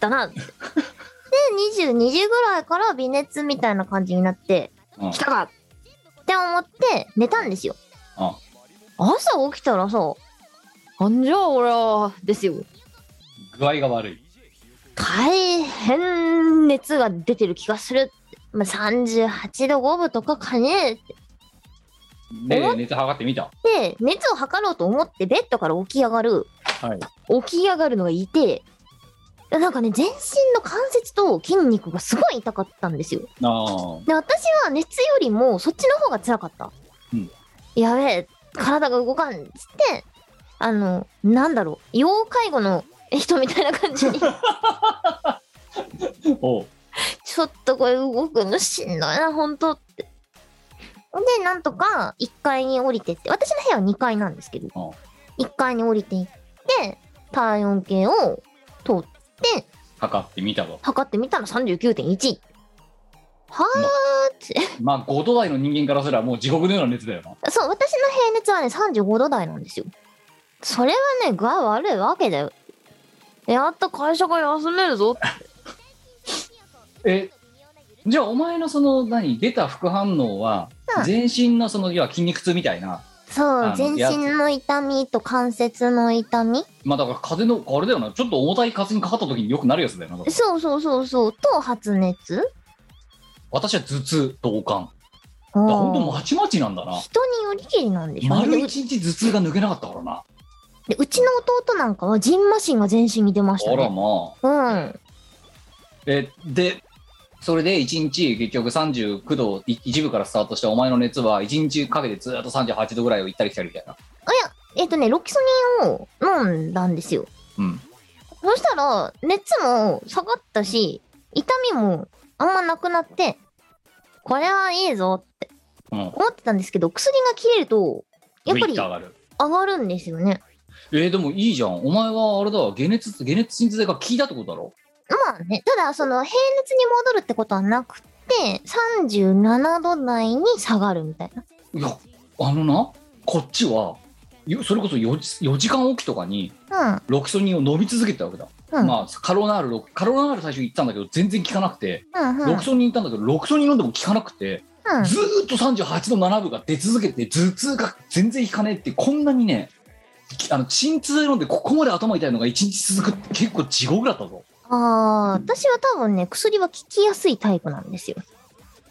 だ なってで22時ぐらいから微熱みたいな感じになって
うん
来たかって思って寝たんですよ
あ
朝起きたらさあんじゃあ俺はですよ
具合が悪い
大変熱が出てる気がするまあ38度5分とかかねって
で熱測ってみた
で熱を測ろうと思ってベッドから起き上がる、
はい
起き上がるのがいてなんかね全身の関節と筋肉がすごい痛かったんですよ
あー
で私は熱よりもそっちの方が辛かった、
うん
やべえ体が動かんっつってあのなんだろう要介護の人みたいな感じに
おう
ちょっとこれ動くのしんどいな本当ってでなんとか1階に降りてって私の部屋は2階なんですけど
あー
1階に降りていって体温計を取って
測ってみたと
測ってみたら39.1はーって、
まあ5度台の人間からすらもう地獄のような熱だよな
そう私の平熱はね35度台なんですよそれはね具合悪いわけだよやっと会社が休める ぞ
えじゃあお前のその何出た副反応は
うん
全身のその要は筋肉痛みたいな
そ
あ
う
の
全
や
身の痛みと関節の痛み
まあだから風邪のあれだよなちょっと重たい風邪にかかった時によくなるやつだよなだから
そうそうそうそうと発熱
私は頭痛同感
うん
だからほんとまちまちなんだな
人によりきりなんでしょう
丸
ね
一日頭痛が抜けなかったからな
でうちの弟なんかはジンマシンが全身に出ました
あら
ね
まあ
うん
えでそれで1日結局39度い一部からスタートしてお前の熱は1日かけてずっと38度ぐらいを行ったり来たりみたいな
えっとね、ロキソニンを飲んだんですよ。
うん
そしたら、熱も下がったし、痛みもあんまなくなって、これはいいぞって
うん
思ってたんですけど、薬が切れると、やっぱ
グイッ
り
と上がる
上がるんですよね。
えー、でもいいじゃんお前はあれだわ解熱解熱鎮痛剤が効いたってことだろ
まあね、ただ、その、平熱に戻るってことはなくて、37度台に下がるみたいな。
いやあのなこっちはよそれこそ 4, 時間おきとかに
うん、
ロキソニンを飲み続けてたわけだ、
うん、
まあカロナールロカロナール最初行ったんだけど全然効かなくて、
うん、うん、うん
ロキソニン行ったんだけどロキソニン飲んでも効かなくて、ずーっと38度7分が出続けて頭痛が全然引かねえってこんなにねきあの鎮痛剤飲んでここまで頭痛いのが1日続くって結構地獄だったぞ
ああ、私は多分ね、薬は効きやすいタイプなんですよ。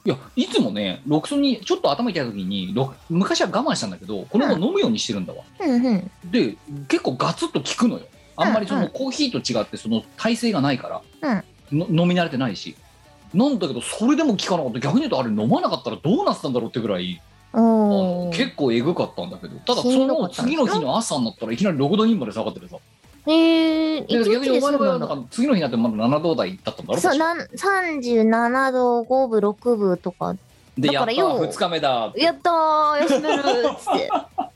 いやいつもねロキソニンちょっと頭痛い時にロ昔は我慢したんだけどこの子飲むようにしてるんだわ、
うん、うん、
で結構ガツッと効くのよあんまりそ
うん
の
うん
コーヒーと違ってその耐性がないから、の飲み慣れてないしなんだけどそれでも効かなかった逆に言うとあれ飲まなかったらどうなってたんだろうってぐらいあ
お
の
お。
結構えぐかったんだけどただ
し
そ
んどか
の
ったんで
次
すか
の日の朝になったらいきなり6度にまで下がっててさ
ええー、
で
一
逆
日
に
で
お
そ
前の場合は
う
な
なんん
か
だ。
次の日になってまだ7度台だったんだろ
そう
確か
なん37度5分6分とか
で
だ
やっ
か
た
らよ
2日目だ
やったー休めるっつ って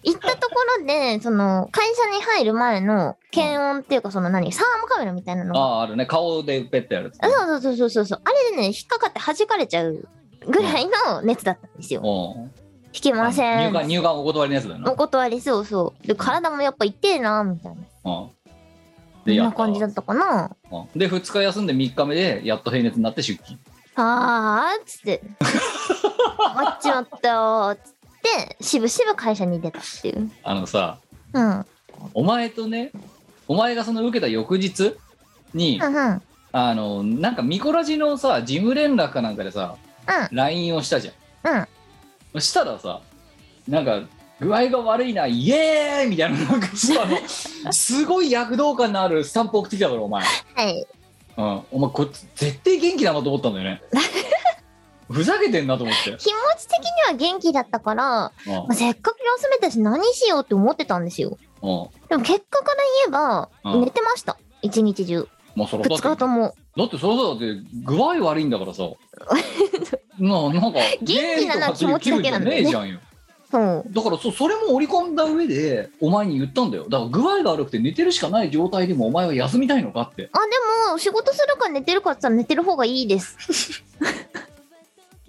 行ったところでその会社に入る前の検温っていうかその何サーモカメラみたいなの
あ
が
ああるね顔でペッてやるやつ
あそうそうそうそうそうあれでね引っかかって弾かれちゃうぐらいの熱だったんですよ
うん
引けま
あ
せ
の入管
ん
入管お断りのやつだよな
お断りそうそうで体もやっぱ痛えなみたいな
うん
そん
や
な
った
感じだったかな
うんで2日休んで3日目でやっと平熱になって出勤
はあっつ って「待っちまったー」っつってしぶしぶ会社に出たっていう
あのさ
うんうん
お前とねお前がその受けた翌日に、
うんうん
あのなんかミコラジのさ事務連絡かなんかでさ LINE をしたじゃん
うん
そしたらさなんか具合が悪いなイエーイみたいななんかさあ のすごい躍動感のあるスタンプ送ってきたからお前、
はい
うん、お前こいつ絶対元気だなと思ったんだよ ねふざけてんなと思って、
気持ち的には元気だったから、まあ、せっかく休めたし何しようって思ってたんですよ
うんうん
でも結果から言えば、
うん
寝てました一日中
まあそらだ
2日
って
とも
だってそらそうだって具合悪いん だからさななんか
元気なのは気持ちだけなんだよね
イエーイとかっていう気分じゃねえじゃんよ
そう
だからそそれも織り込んだ上でお前に言ったんだよだから具合が悪くて寝てるしかない状態でもお前は休みたいのかって
あでも仕事するか寝てるかって言ったら寝てる方がいいです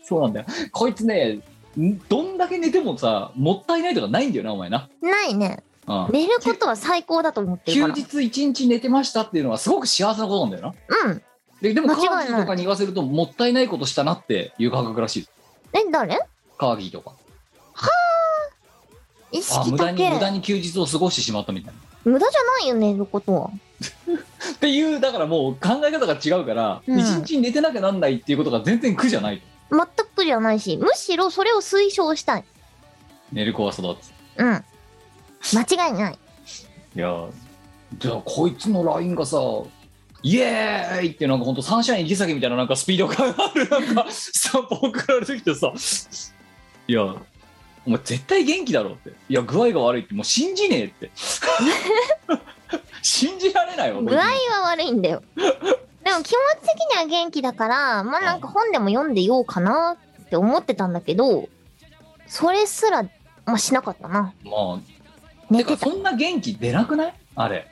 そうなんだよ。こいつね、んどんだけ寝てもさ、もったいないとかないんだよな、お前な。
ないね
うん、
寝ることは最高だと思ってる
休
から
日一日寝てましたっていうのはすごく幸せなことなんだよな。
うん
ででも、カ
間違い
ー
ない
ギーとかに言わせると、もったいないことしたなっていう感覚らしいです。
え誰
カーギーとか。
意
あ
識
無駄
だ
に、
け
無駄に休日を過ごしてしまったみたいな。
無駄じゃないよ寝ることは
っていう、だからもう考え方が違うから、一、
うん
日寝てなきゃなんないっていうことが全然苦じゃない。
全く苦じゃないしむしろそれを推奨したい
寝る子は育つ。
うん間違い ない
いやーじゃあこいつの LINE がさ「イエーイ!」ってなんかほんとサンシャイン池崎みたいななんかスピード感あるなんかスタンプ送られてきてさ「いやお前絶対元気だろ」って「いや具合が悪い」ってもう信じねえって 信じられないわ
具合は悪いん だよでも気持ち的には元気だからまあなんか本でも読んでようかなって思ってたんだけどそれすら、まあ、しなかったな
まあ
寝
て
て
か
た
そんな元気出なくないあれ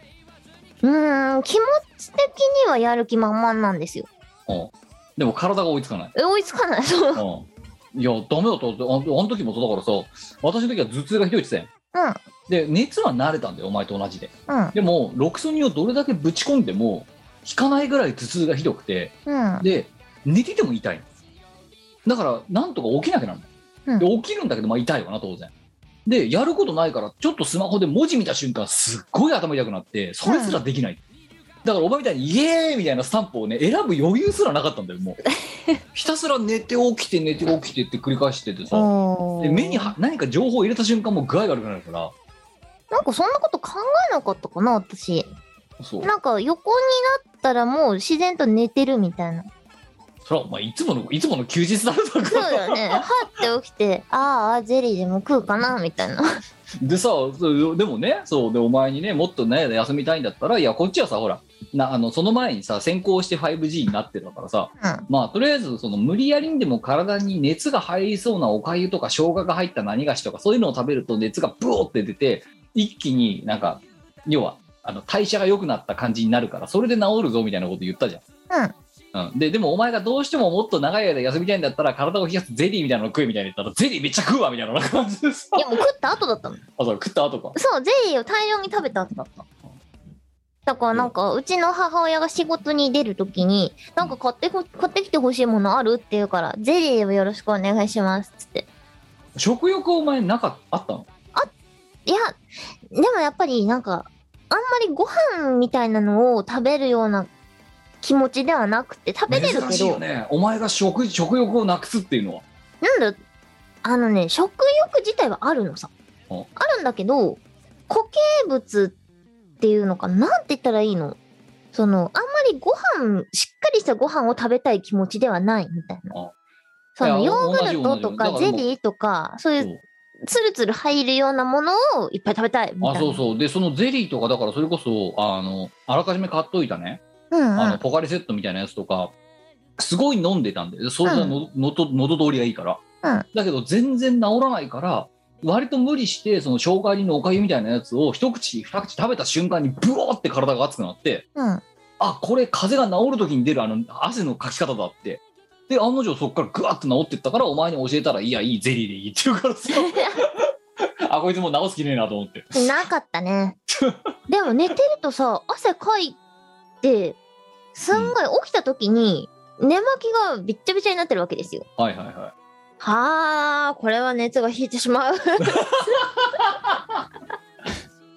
うーん気持ち的にはやる気満々なんですよ
うんでも体が追いつかない
え追いつかないそううん
うんいやダメだとあのあの時もそうだからさ私の時は頭痛がひどいって言ってたよで熱は慣れたんだよお前と同じで
うん
でもロキソニンをどれだけぶち込んでも効かないぐらい頭痛がひどくて
うん
で寝てても痛いのだからなんとか起きなきゃなんない、で起きるんだけどまあ痛いわな当然でやることないからちょっとスマホで文字見た瞬間すっごい頭痛くなってそれすらできない、だからお前みたいに「イエーイ!」みたいなスタンプをね選ぶ余裕すらなかったんだよ もうひたすら寝て起きて寝て起きてって繰り返しててさ
お
で
ー
目には何か情報を入れた瞬間もう具合が悪くなるから
なんかそんなこと考えなかったかな私
そう
なんか横になったらもう自然と寝てるみたいな
それはお前いつものいつもの休日だろだ
そ
か
うだよね。 はって起きて、ああ、ゼリーでも食うかなみ たいな。
でさそうでもねそうでお前にねもっとね休みたいんだったらいやこっちはさほらなあのその前にさ先行して 5G になってるからさ
うん。
まあとりあえずその無理やりにでも体に熱が入りそうなおかゆとか生姜が入った何菓子とかそういうのを食べると熱がブオーって出て一気になんか要はあの代謝が良くなった感じになるからそれで治るぞみたいなこと言ったじゃん。うん、ででもお前がどうしてももっと長い間休みたいんだったら体を冷やすゼリーみたいなの食えみたいなの言ったらゼリーめっちゃ食うわみたいな感じでさ
いや、もう食った後だったの。
あそう食った後か
そう、ゼリーを大量に食べた後だった。だからなんか、うちの母親が仕事に出るときに、なんか買ってこ買ってきてほしいものあるって言うから、ゼリーをよろしくお願いしますっつって。
食欲お前なかあったの
いや、でもやっぱりなんか、あんまりご飯みたいなのを食べるような気持ちではなくて、食べれる
珍
け
しい
ど、
よねお前が食食欲をなくすっていうのは
なんだ、あのね、食欲自体はあるのさ。あ
お
るんだけど、固形物っていうのかな、なんて言ったらいいのその、あんまりご飯、しっかりしたご飯を食べたい気持ちではないみたいな
お。
その
いや
ヨーグルトとか
同じ同
ゼ
じだからもう
リーとか、そうい
そうう
ツルツル入るようなものをいっぱい食べたいみたい
あ
な。
そうそうでそのゼリーとかだからそれこそあのあらかじめ買っといたね、
うんう
あ
ん
のポカリセットみたいなやつとかすごい飲んでたんでそれがの、のと喉通りがいいから、
うん
だけど全然治らないから割と無理してその生姜入りのおかゆみたいなやつを一口二口食べた瞬間にブワーって体が熱くなって
うん。
あこれ風邪が治る時に出るあの汗のかき方だってで案の定そこからグワッと治ってったからお前に教えたらいやいいゼリーでいいって言うからさ あこいつもう治す気ねえなと思って
なかったね。でも寝てるとさ、汗かいて、すんごい起きた時に、寝巻きがびっちゃびちゃになってるわけですよ。
はいはいは
はあ、これは熱が引いてしまう。だか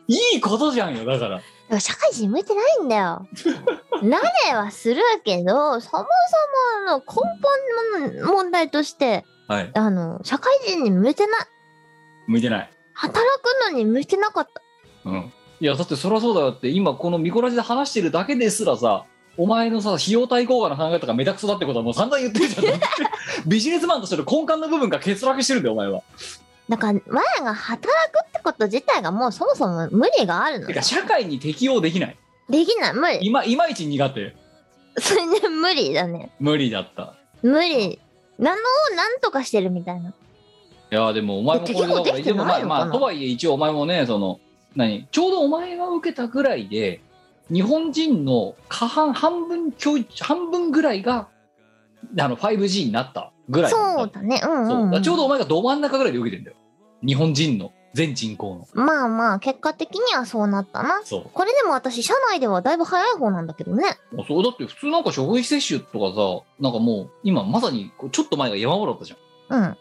いいいことじゃんよだから
ら社会人向いてないんだよ。慣れはするけど、そもそもあの根本の問題として、
はい
あの、社会人に向いてない。
向いてない
働くのに向いてなかった。
うんいやだってそりゃそうだよって今このミコラジで話してるだけですらさお前のさ費用対効果の考え方がめたくそだってことはもう散々言ってるじゃんだ ってビジネスマンとしての根幹の部分が欠落してるんだよお前は
だから、我が働くってこと自体がもうそもそも無理があるの
て
よ
か。社会に適応できない
できない、無理。
今いまいち苦手
それね、無理だね。
無理だった
無理。なのをなんとかしてるみたいな。
いやーでもお前もこれだから
適応できて
も
ない
ま
のかな
あまあとはいえ一応お前もねその何ちょうどお前が受けたぐらいで日本人の過半半分教育半分ぐらいがあの 5G になったぐらいなん
そ
だ
うだね。うん
そうだ
うん、
か
う
ら
ん。
ちょうどお前がど真ん中ぐらいで受けてんだよ日本人の全人口の
まあまあ、結果的にはそうなったな。
そ
これでも私、社内ではだいぶ早い方なんだけどね。
うそうだって普通なんか職域接種とかさなんかもう今まさにこうちょっと前が山村だったじゃん
うん。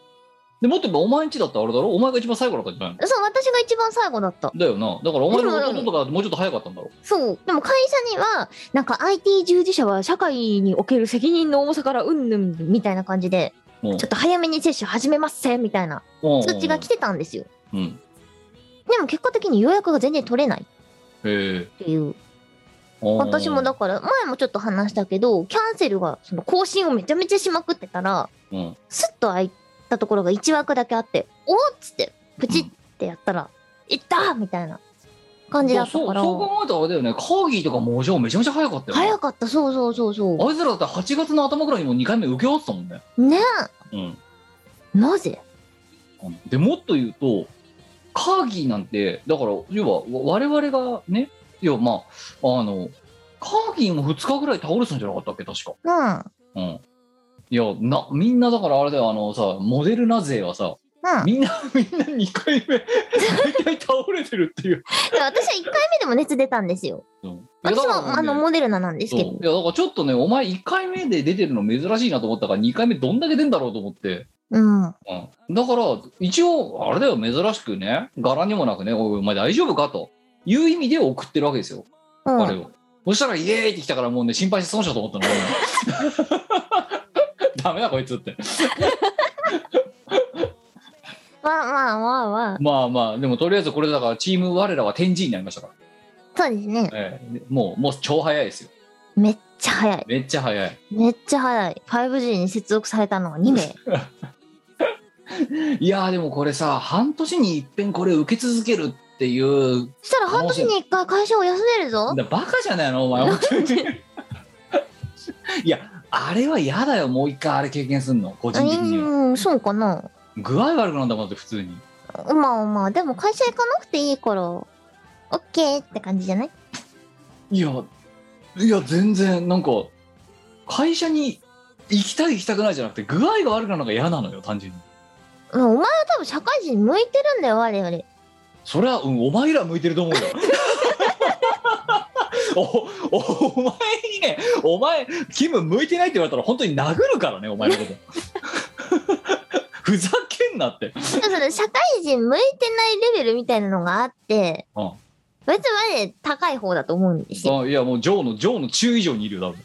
でもっと言えばお前んちだったらあれだろお前が一番最後だったんじゃないの
そう、私が一番最後だった。
だよなだからお前の
でも
弟とかだってもうちょっと早かったんだろ
そう。でも会社には、なんか IT 従事者は社会における責任の重さからうんぬんみたいな感じで、
うん
ちょっと早めに接種始めますせみたいな
うん
通知が来てたんですよ。
うん
でも結果的に予約が全然取れない
へえ
っていう私もだから前もちょっと話したけどキャンセルがその更新をめちゃめちゃしまくってたら
うん
スッと開いたところが1枠だけあって「おっ!」つってプチってやったら「いった!」みたいな感じだった
そう
から
そう考えたらあれだよねカーギーとかもじゃめちゃめちゃ早かったよ、ね、
早かったそうそうそうそ
あいつらだって8月の頭ぐらいにもう2回目受け終わってたもんね
うね
うん
えなぜ
でもっと言うとカーギーなんてだから要は我々がねいやまああのカーギーも2日ぐらい倒れてたんじゃなかったっけ確か
うんうん
うんいやなみんなだからあれだよあのさモデルナ勢はさみんなみんな2回目 大体倒れてるっていう、
で私は1回目でも熱出たんですよ
うん、いや
私
だ
も
からね
あのモデルナなんですけ
そ
ど
ういやだからちょっとねお前1回目で出てるの珍しいなと思ったから2回目どんだけ出んだろうと思って、
うん
うん、だから一応あれだよ珍しくね柄にもなくね「おいお前大丈夫か?」という意味で送ってるわけですよ、
う
あれ
ん
をそしたら「イエーイ!」って来たからもうね心配して損したと思ったの俺 ダメだこいつって
まあまあまあまあ
まあまあでもとりあえずこれだからチーム我らは天神になりましたから、
そうですね
ええもうもう超早いですよ
めっちゃ早い。
めっちゃ早い。
めっちゃ早い。5G に接続されたのが2名。
いやーでもこれさ半年に一遍これ受け続けるっていう
そしたら半年に1回会社を休めるぞ。
だバカじゃないのお前本当にいやあれは嫌だよもう一回あれ経験すんの個人的には
うん、そうかな。
具合悪くなんだもんだって普通に
まあまあ、でも会社行かなくていいから、オッケーって感じじゃない
いやいや全然なんか会社に行きたい行きたくないじゃなくて具合が悪くなるのが嫌なのよ単純に
うんお前は多分社会人に向いてるんだよ、我より。
それは、うん、お前ら向いてると 思うよおおお前にねお前キム向いてないって言われたら本当に殴るからねお前のことふざけんなって
そうそう社会人向いてないレベルみたいなのがあって、
うん
別に我々高い方だと思うんですよ。
あいやもうジョーのジョーの中以上にいるよ多分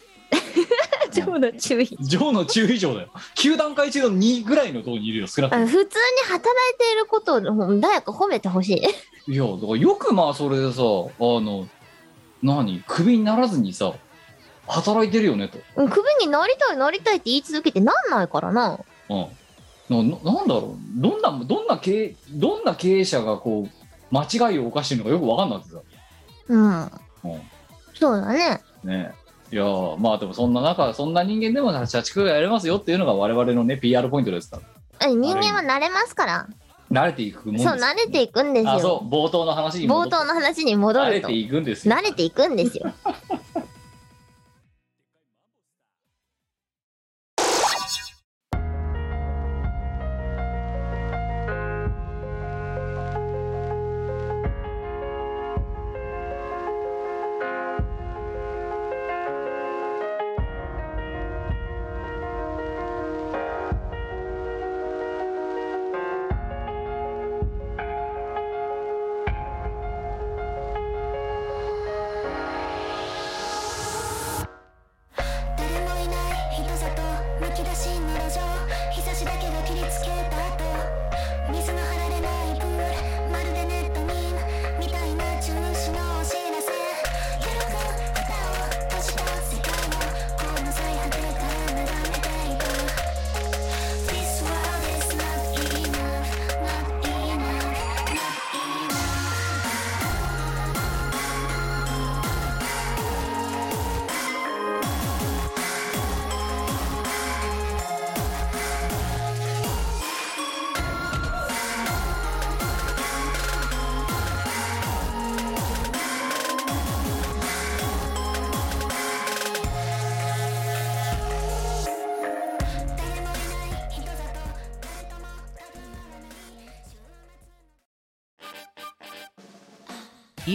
ちょうど注意。
ジョーの中以上だよ9段階中の2ぐらいのとこにいるよ少なく
あ
と
の
も
普通に働いていることを誰か褒めてほしい。
いやだからよくまあそれでさあの何クビにならずにさ働いてるよねと
うんクビになりたいなりたいって言い続けてなんないからな。
うん、なななんだろうどんなどんな経営どんな経営者がこう間違いを犯してるのかよく分かんなくてさ、
うん。
うん
そうだね。
ねえいやーまあでもそんな中そんな人間でも社畜がやれますよっていうのが我々のね PR ポイントですか
え人間は慣れますから。
ら慣れていくもんです
そう、慣れていくんです
あそ
よ。
う冒頭の話に
冒
戻っ
頭の話に戻
慣
る
れ
と。
ていくんですよ
慣れていくん ですよ。
誰もいない人里むき出しの路上日差しだけが切りつけた後水の張られないプールまるでネットミンみたいな中止のお知らせ揺らぐ蓋を閉じた世界をこの最果てから眺めていく This world is not enough not enough not enough 誰もいない人だと誰とも誰もなのに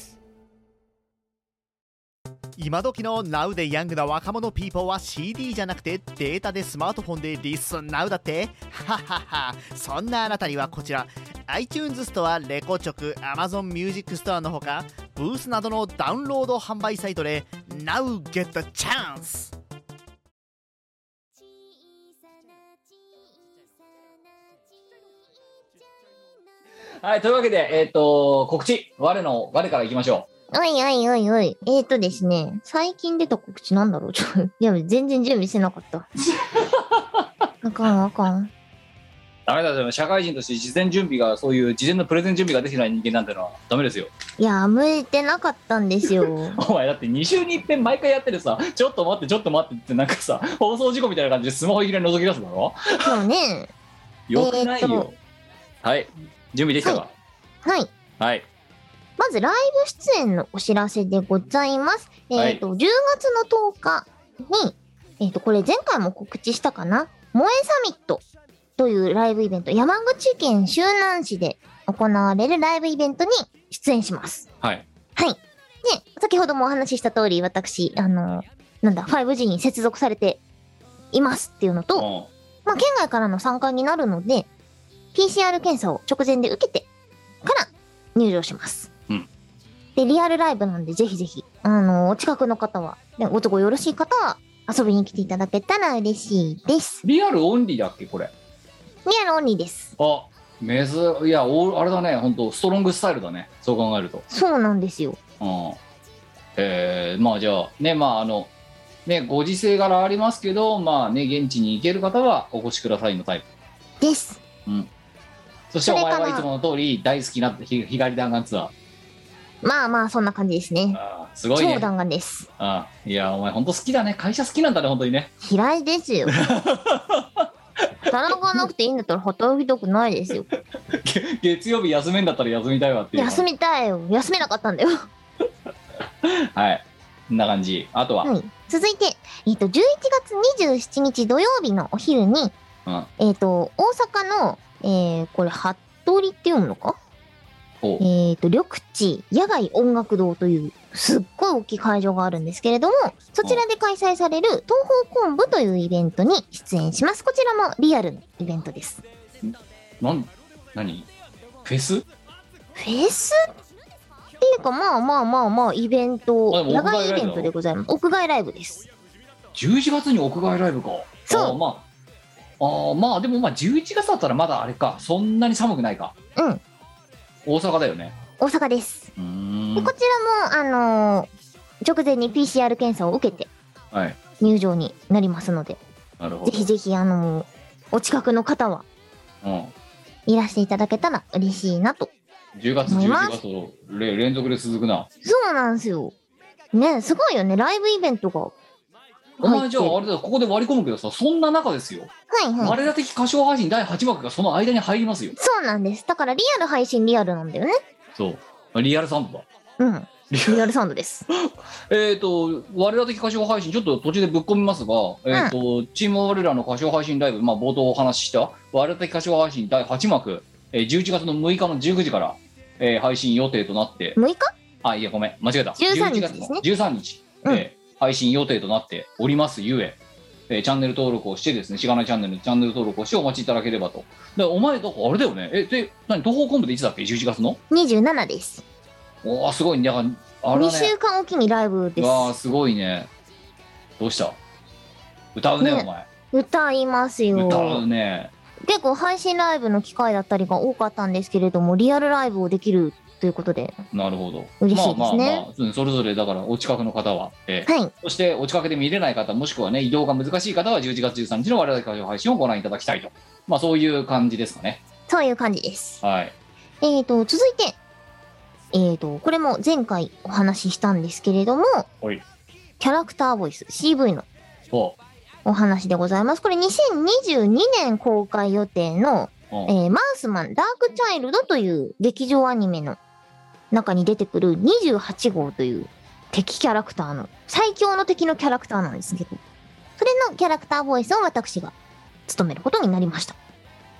今時の Now でヤングな若者ピーポーは CD じゃなくてデータでスマートフォンでリスン Now だってはははそんなあなたにはこちら iTunes ストア、レコチョク、Amazon Music ストアのほかブースなどのダウンロード販売サイトで Now get the chance!
小さな小さなちっちゃいの
はいというわけでえっ、と告知我の我からいきましょ
おいおいおいおい。えーとですね、最近出た告知なんだろうちょいや、全然準備してなか った。あかんあかん。
うダメだよ社会人として事前準備がそういう事前のプレゼン準備ができてない人間なんてのはダメですよ
いや、向いてなかったんですよ。
お前だって2週に一遍毎回やってるさちょっと待ってちょっと待ってってなんかさ 放送事故みたいな感じでスマホいきなり覗き出すだろ
そうね。
よくないよ、
えーっと
はい準備できたか
はい。
はい、
まずライブ出演のお知らせでございます。
はい
えっ、と、10月の10日に、えっ、と、これ前回も告知したかな萌えサミットというライブイベント、山口県周南市で行われるライブイベントに出演します。
はい
はい。で、先ほどもお話しした通り、私、あの、なんだ、5G に接続されていますっていうのと、
う
まあ、県外からの参加になるので、 PCR 検査を直前で受けてから入場します。
うん
で、リアルライブなんで、ぜひぜひ、あの、お近くの方は、ねお都合よろしい方は、遊びに来ていただけたら嬉しいです。
リアルオンリーだっけこれ
リアルオンリーです。
あめずいやおあれだね本当ストロングスタイルだねそう考えると
そうなんですよ。
うんえーまあじゃあねまああのねご時世柄ありますけどまあね現地に行ける方はお越しくださいのタイプ
です。
そして
そ
お
れから
前はいつもの通り大好きな日日帰り弾丸ツアー
まあまあ、そんな感じですね。
あーすごい
超
ね
弾丸です。
あーいやお前本当好きだね会社好きなんだね本当にね
嫌いですよ。働かなくていいんだったら働きたくないですよ。
げ月曜日休めんだったら休みたいわっていう
休みたいよ。休めなかったんだよ。
はいこんな感じあとは、
はい。続いて、えっ、と、11月27日土曜日のお昼に、
うん
えっ、と、大阪の、えー、これ、服部って読むのか
ほう
えっ、と、緑地野外音楽堂という、すっごい大きい会場があるんですけれども、そちらで開催される東方昆布というイベントに出演します。こちらもリアルのイベントです。
なん何フェス
フェスっていうか、まあまあまあまあ、イベント、
あでも
野
屋外
外イ
ライブ
ベントでございます。屋外ライブです。
11月に屋外ライブか
そう
あーまああーまあでもまあ11月だったらまだあれかそんなに寒くないか
うん
大阪だよね
大阪です。
うーん
でこちらも、あのー直前に PCR 検査を受けて
はい
入場になりますので、
なるほ
ぜ
ど
ひぜひ、あのーお近くの方は
うん
いらしていただけたら嬉しいなと。
10月
思います
11月とれ連続で続くな
そうなんですよ。ねすごいよね。ライブイベントが。
お前じゃあ
入
あれだよここで割り込むけどさそんな中ですよ、
はいはい。
我ら的歌唱配信第8幕がその間に入りますよ
そうなんです。だからリアル配信リアルなんだよね。
そうリアルサウンドだ
うん。
リ
リアルサウンドです。
えっ、と、我ら的歌唱配信、ちょっと途中でぶっ込みますが、えっ、と、チーム我らの歌唱配信ライブ、まあ、冒頭お話しした、我ら的歌唱配信第8幕、えー、11月の6日の19時から、えー配信予定となって、
6日
あ、いや、ごめん、間違えた。
13日
11月の
で
13日、
うん
えー配信予定となっておりますゆえ、えーチャンネル登録をしてですね、しがないチャンネルのチャンネル登録をしてお待ちいただければと。で、お前、だからあれだよね。え、で、何、東方昆布でいつだっけ ?11 月の
27です。
おー、すごい、だから、あれ
2
だね。
週間おきにライブです。
わあすごいねどうした歌うね
ね
お前
歌いますよ。
歌うね
結構配信ライブの機会だったりが多かったんですけれどもリアルライブをできるということで
なるほど
嬉しいですね
まあまあまあうんそれぞれだからお近くの方は、ええ
はい
そしてお近くで見れない方もしくはね移動が難しい方は11月13日の我々歌唱配信をご覧いただきたいとまあそういう感じですかね
そういう感じです
はい
えーと続いてえーとこれも前回お話ししたんですけれども
はい
キャラクターボイス CV の
そ
お話でございますこれ2022年公開予定の、
う、うん
えーマウスマンダークチャイルドという劇場アニメの中に出てくる28号という敵キャラクターの最強の敵のキャラクターなんですけどそれのキャラクターボイスを私が務めることになりました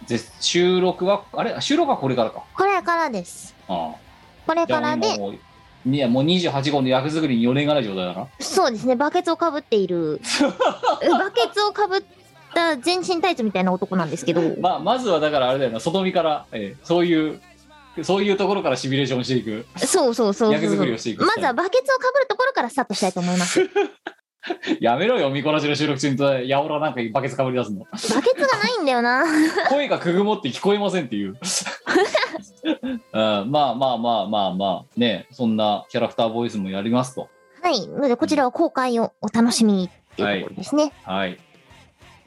で収録はあれ収録はこれからか
これからです
あ
これ
あじゃ
か
あ
ら
もう
で
もういやもう28号の役作りに4年がない状態だな
そうですねバケツをかぶっているバケツをかぶった全身タイツみたいな男なんですけど
まあ、まずはだからあれだよな外見から、えーそういうそういうところからシミュレーションしていく
そうそうそうそう
役作りをしていく
まずはバケツをかぶるところからスタートしたいと思います
やめろよ見こなしの収録中にやおらなんかバケツかぶり出すの
バケツがないんだよな
声がくぐもって聞こえませんっていううんまあまあまあまあまあねそんなキャラクターボイスもやりますと
はい。なので、こちらは公開をお楽しみにっていうところですね。
はい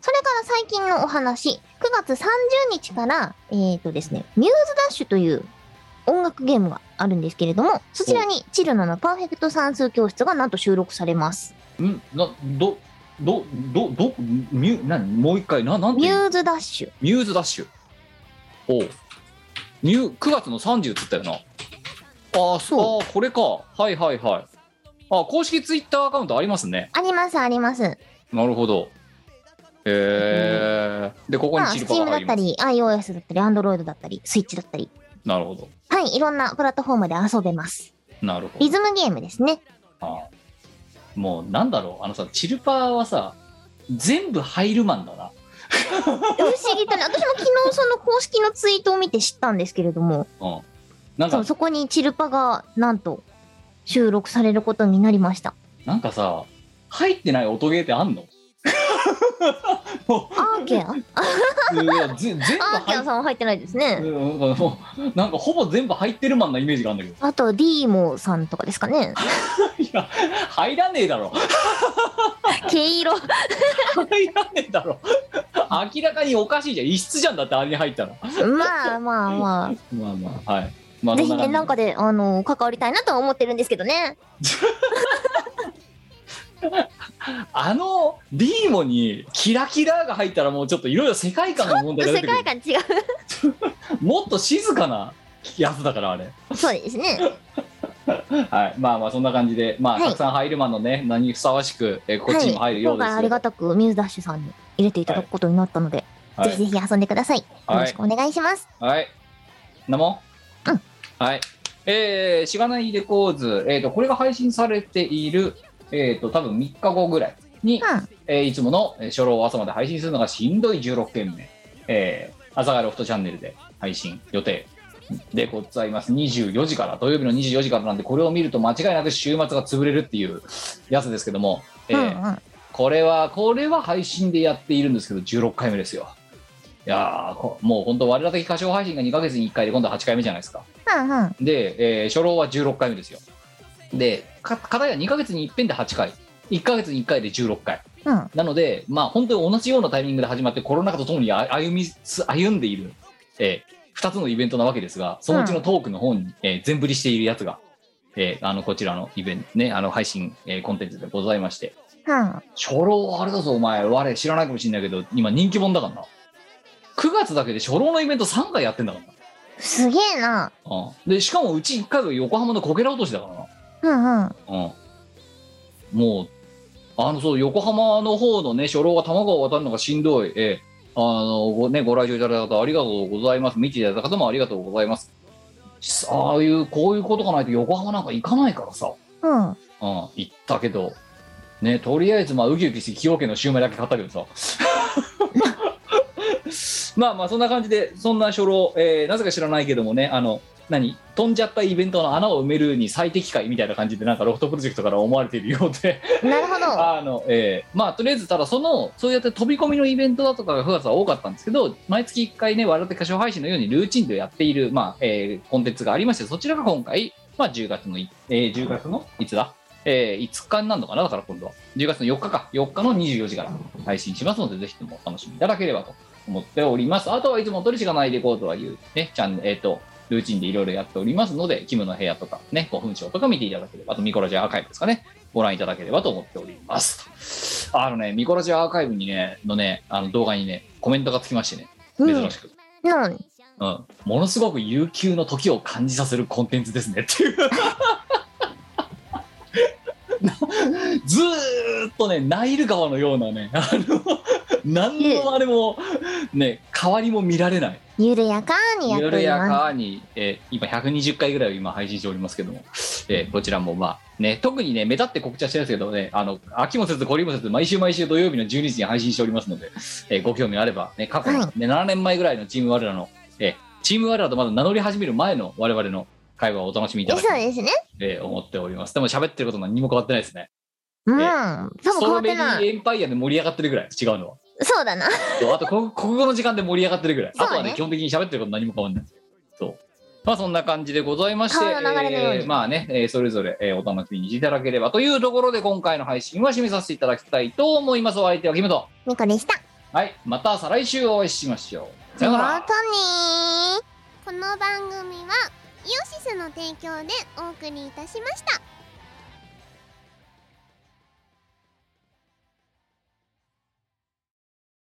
それから最近のお話、9月30日から、えっ、とですね、ミューズダッシュという音楽ゲームがあるんですけれども、そちらにチルノのパーフェクト算数教室がなんと収録されます。
んなどどどどミュ何もう一回ななんて
ミ
いう
ューズダッシュ。
ミューズダッシュおうミュー9月の30っつったよなああそうあーこれかはいはいはいあ公式ツイッターアカウントありますね
あります、あります。
なるほどへえでここに
まあ、
シルバ
Steam
ーが
だ
あ
っ
り
た
ます
り、iOS だったり、Android だったり、Switch だったり。
なるほど
はい、いろんなプラットフォームで遊べます。
なるほ
リ
ど
ズムゲームです ね。
あーもうなんだろうあのさチルパーはさ全部入るマンだな
不思議だね。私も昨日その公式のツイートを見て知ったんですけれども、
うん。なん
そ
か
う、そこにチルパがなんと収録されることになりま した。
なんかさ、入ってない音ゲーってあんの も
アーケアアー
ういやぜ全部
ケ
入
ア
っ
さんは入ってないですね。
うんなんかもうなんかほぼ全部入ってるマンなイメージがあるんだ
あと、ディーモさんとかですかね。
けどいや入らねえだろ
毛 色。
入らねえだろ明らかにおかしいじゃん異質じゃんだってあれに入ったら
まあまあま
まあまあはいま
あ。
あ
ぜひ
そ
ね、なんか
感
で、あの、関わりたいなとは思ってるんですけどね。
じあのディーモにキラキラが入ったらもうちょっといろいろ世界観の問題が出
世
てく
界
る
観違う。
もっと静かなやつだからあれ
そうですね。
はい、まあまあそんな感じで、ま
は
あ、
い
たくさん入るマンのね、何にふさわしく、えーこっちにも入るよ
今
うです
回ありがたくミューズダッシュさんに入れていただくことになったので、
はい
ぜひぜひ遊んでください。よ
はい
ろしくお願いします。
はい。なもん
うん
はい。えー、しがないレコーズ、えっ、と、これが配信されている、えっ、と、多分3日後ぐらいに、
うん
えーいつものえー初老を朝まで配信するのがしんどい16件目、えー、朝がロフトチャンネルで配信予定でございます。24時から、土曜日の24時からなんで、これを見ると間違いなく週末が潰れるっていうやつですけども、えー
うんうん。
これは、これは配信でやっているんですけど、16回目ですよ。いやーこもう本当、我ら的歌唱配信が2ヶ月に1回で、今度は8回目じゃないですか。
うんうん。
で、えー初老は16回目ですよ。で、か片や2ヶ月に1遍で8回、1ヶ月に1回で16回。
うん
なので、まあ、本当に同じようなタイミングで始まって、コロナ禍とともにあ歩みす歩んでいる、え2つのイベントなわけですが、そのうちのトークの方に、えー全振りしているやつが、えーあのこちらのイベント、ね、あの配信、えーコンテンツでございまして、
うん。
初老はあれだぞお前我知らないかもしれないけど今人気者だからな9月だけで初老のイベント3回やってんだからな
すげえな。
うんでしかもうち1回は横浜のこけら落としだからな
うんうん。
うんもうあのそう横浜の方のね初老が多摩川を渡るのがしんどいええあのご,、ね、ご来場いただいた方ありがとうございます見ていただいた方もありがとうございますああいうこういうことがないと横浜なんか行かないからさ
うん。
うん、行ったけど、ね、とりあえず、まあ、ウキウキして、崎陽軒のシュウマイだけ買ったけどさ。まあまあ、そんな感じで、そんな初老、えーなぜか知らないけどもね、あの、何飛んじゃったイベントの穴を埋めるに最適解みたいな感じでなんかロフトプロジェクトから思われているようで
なるほど。
あの、えーまあとりあえずただそのそうやって飛び込みのイベントだとかが9月は多かったんですけど毎月1回ね笑って歌唱配信のようにルーチンでやっている、まあえーコンテンツがありましてそちらが今回、まあ、10月のい、えー10月のいつだえー5日になるのかなだから今度は。10月の4日か。4日の24時から配信しますので、ぜひともお楽しみいただければと思っております。あとはいつも取りしかないレコードはいう、ね、チャンネル、えっ、と、ルーチンでいろいろやっておりますので、キムの部屋とか、ね、5分賞とか見ていただければ、あとミコラジアーカイブですかね、ご覧いただければと思っております。あのね、ミコラジアーカイブにね、のね、あの動画にね、コメントがつきましてね、珍しく。
うん。なのに。
うん、ものすごく悠久の時を感じさせるコンテンツですねって いう。ずーっとねナイル川のようなねあの何のあれもね変わりも見られない
緩やかにやってお
緩
り
や
ま
かに、えー今120回ぐらいを今配信しておりますけども、えーこちらもまあね特にね目立って告知はしてないですけどねあの秋もせずこりもせず毎週毎週土曜日の12時に配信しておりますので、えーご興味あれば、ね、過去の、
は
ね7年前ぐらいのチーム我らの、えーチーム我らとまだ名乗り始める前の我々の会話をお楽しみいただ
す。
き
そうですね。
えー思っておりますでも喋ってること何も変わってないですね
うん。
え
多分変
スト
わ
ロ
っ
ベ
て
リ
ない。
ーエンパイアで盛り上がってるぐらい違うのは
そうだな。
そうあとこ国語の時間で盛り上がってるぐらい、
そう
あ
ね
とはね基本的に喋ってること何も変わんないそうまあそんな感じでございまして
川の流れのように
えーまあね、えーそれぞれ、えーお楽しみにしていただければというところで今回の配信は締めさせていただきたいと思いますお相手はキムと
ミコでした。
はいまた再来週お会いしましょうさようなら
またねー。
この番組はイオシスの提供でお送りいたしました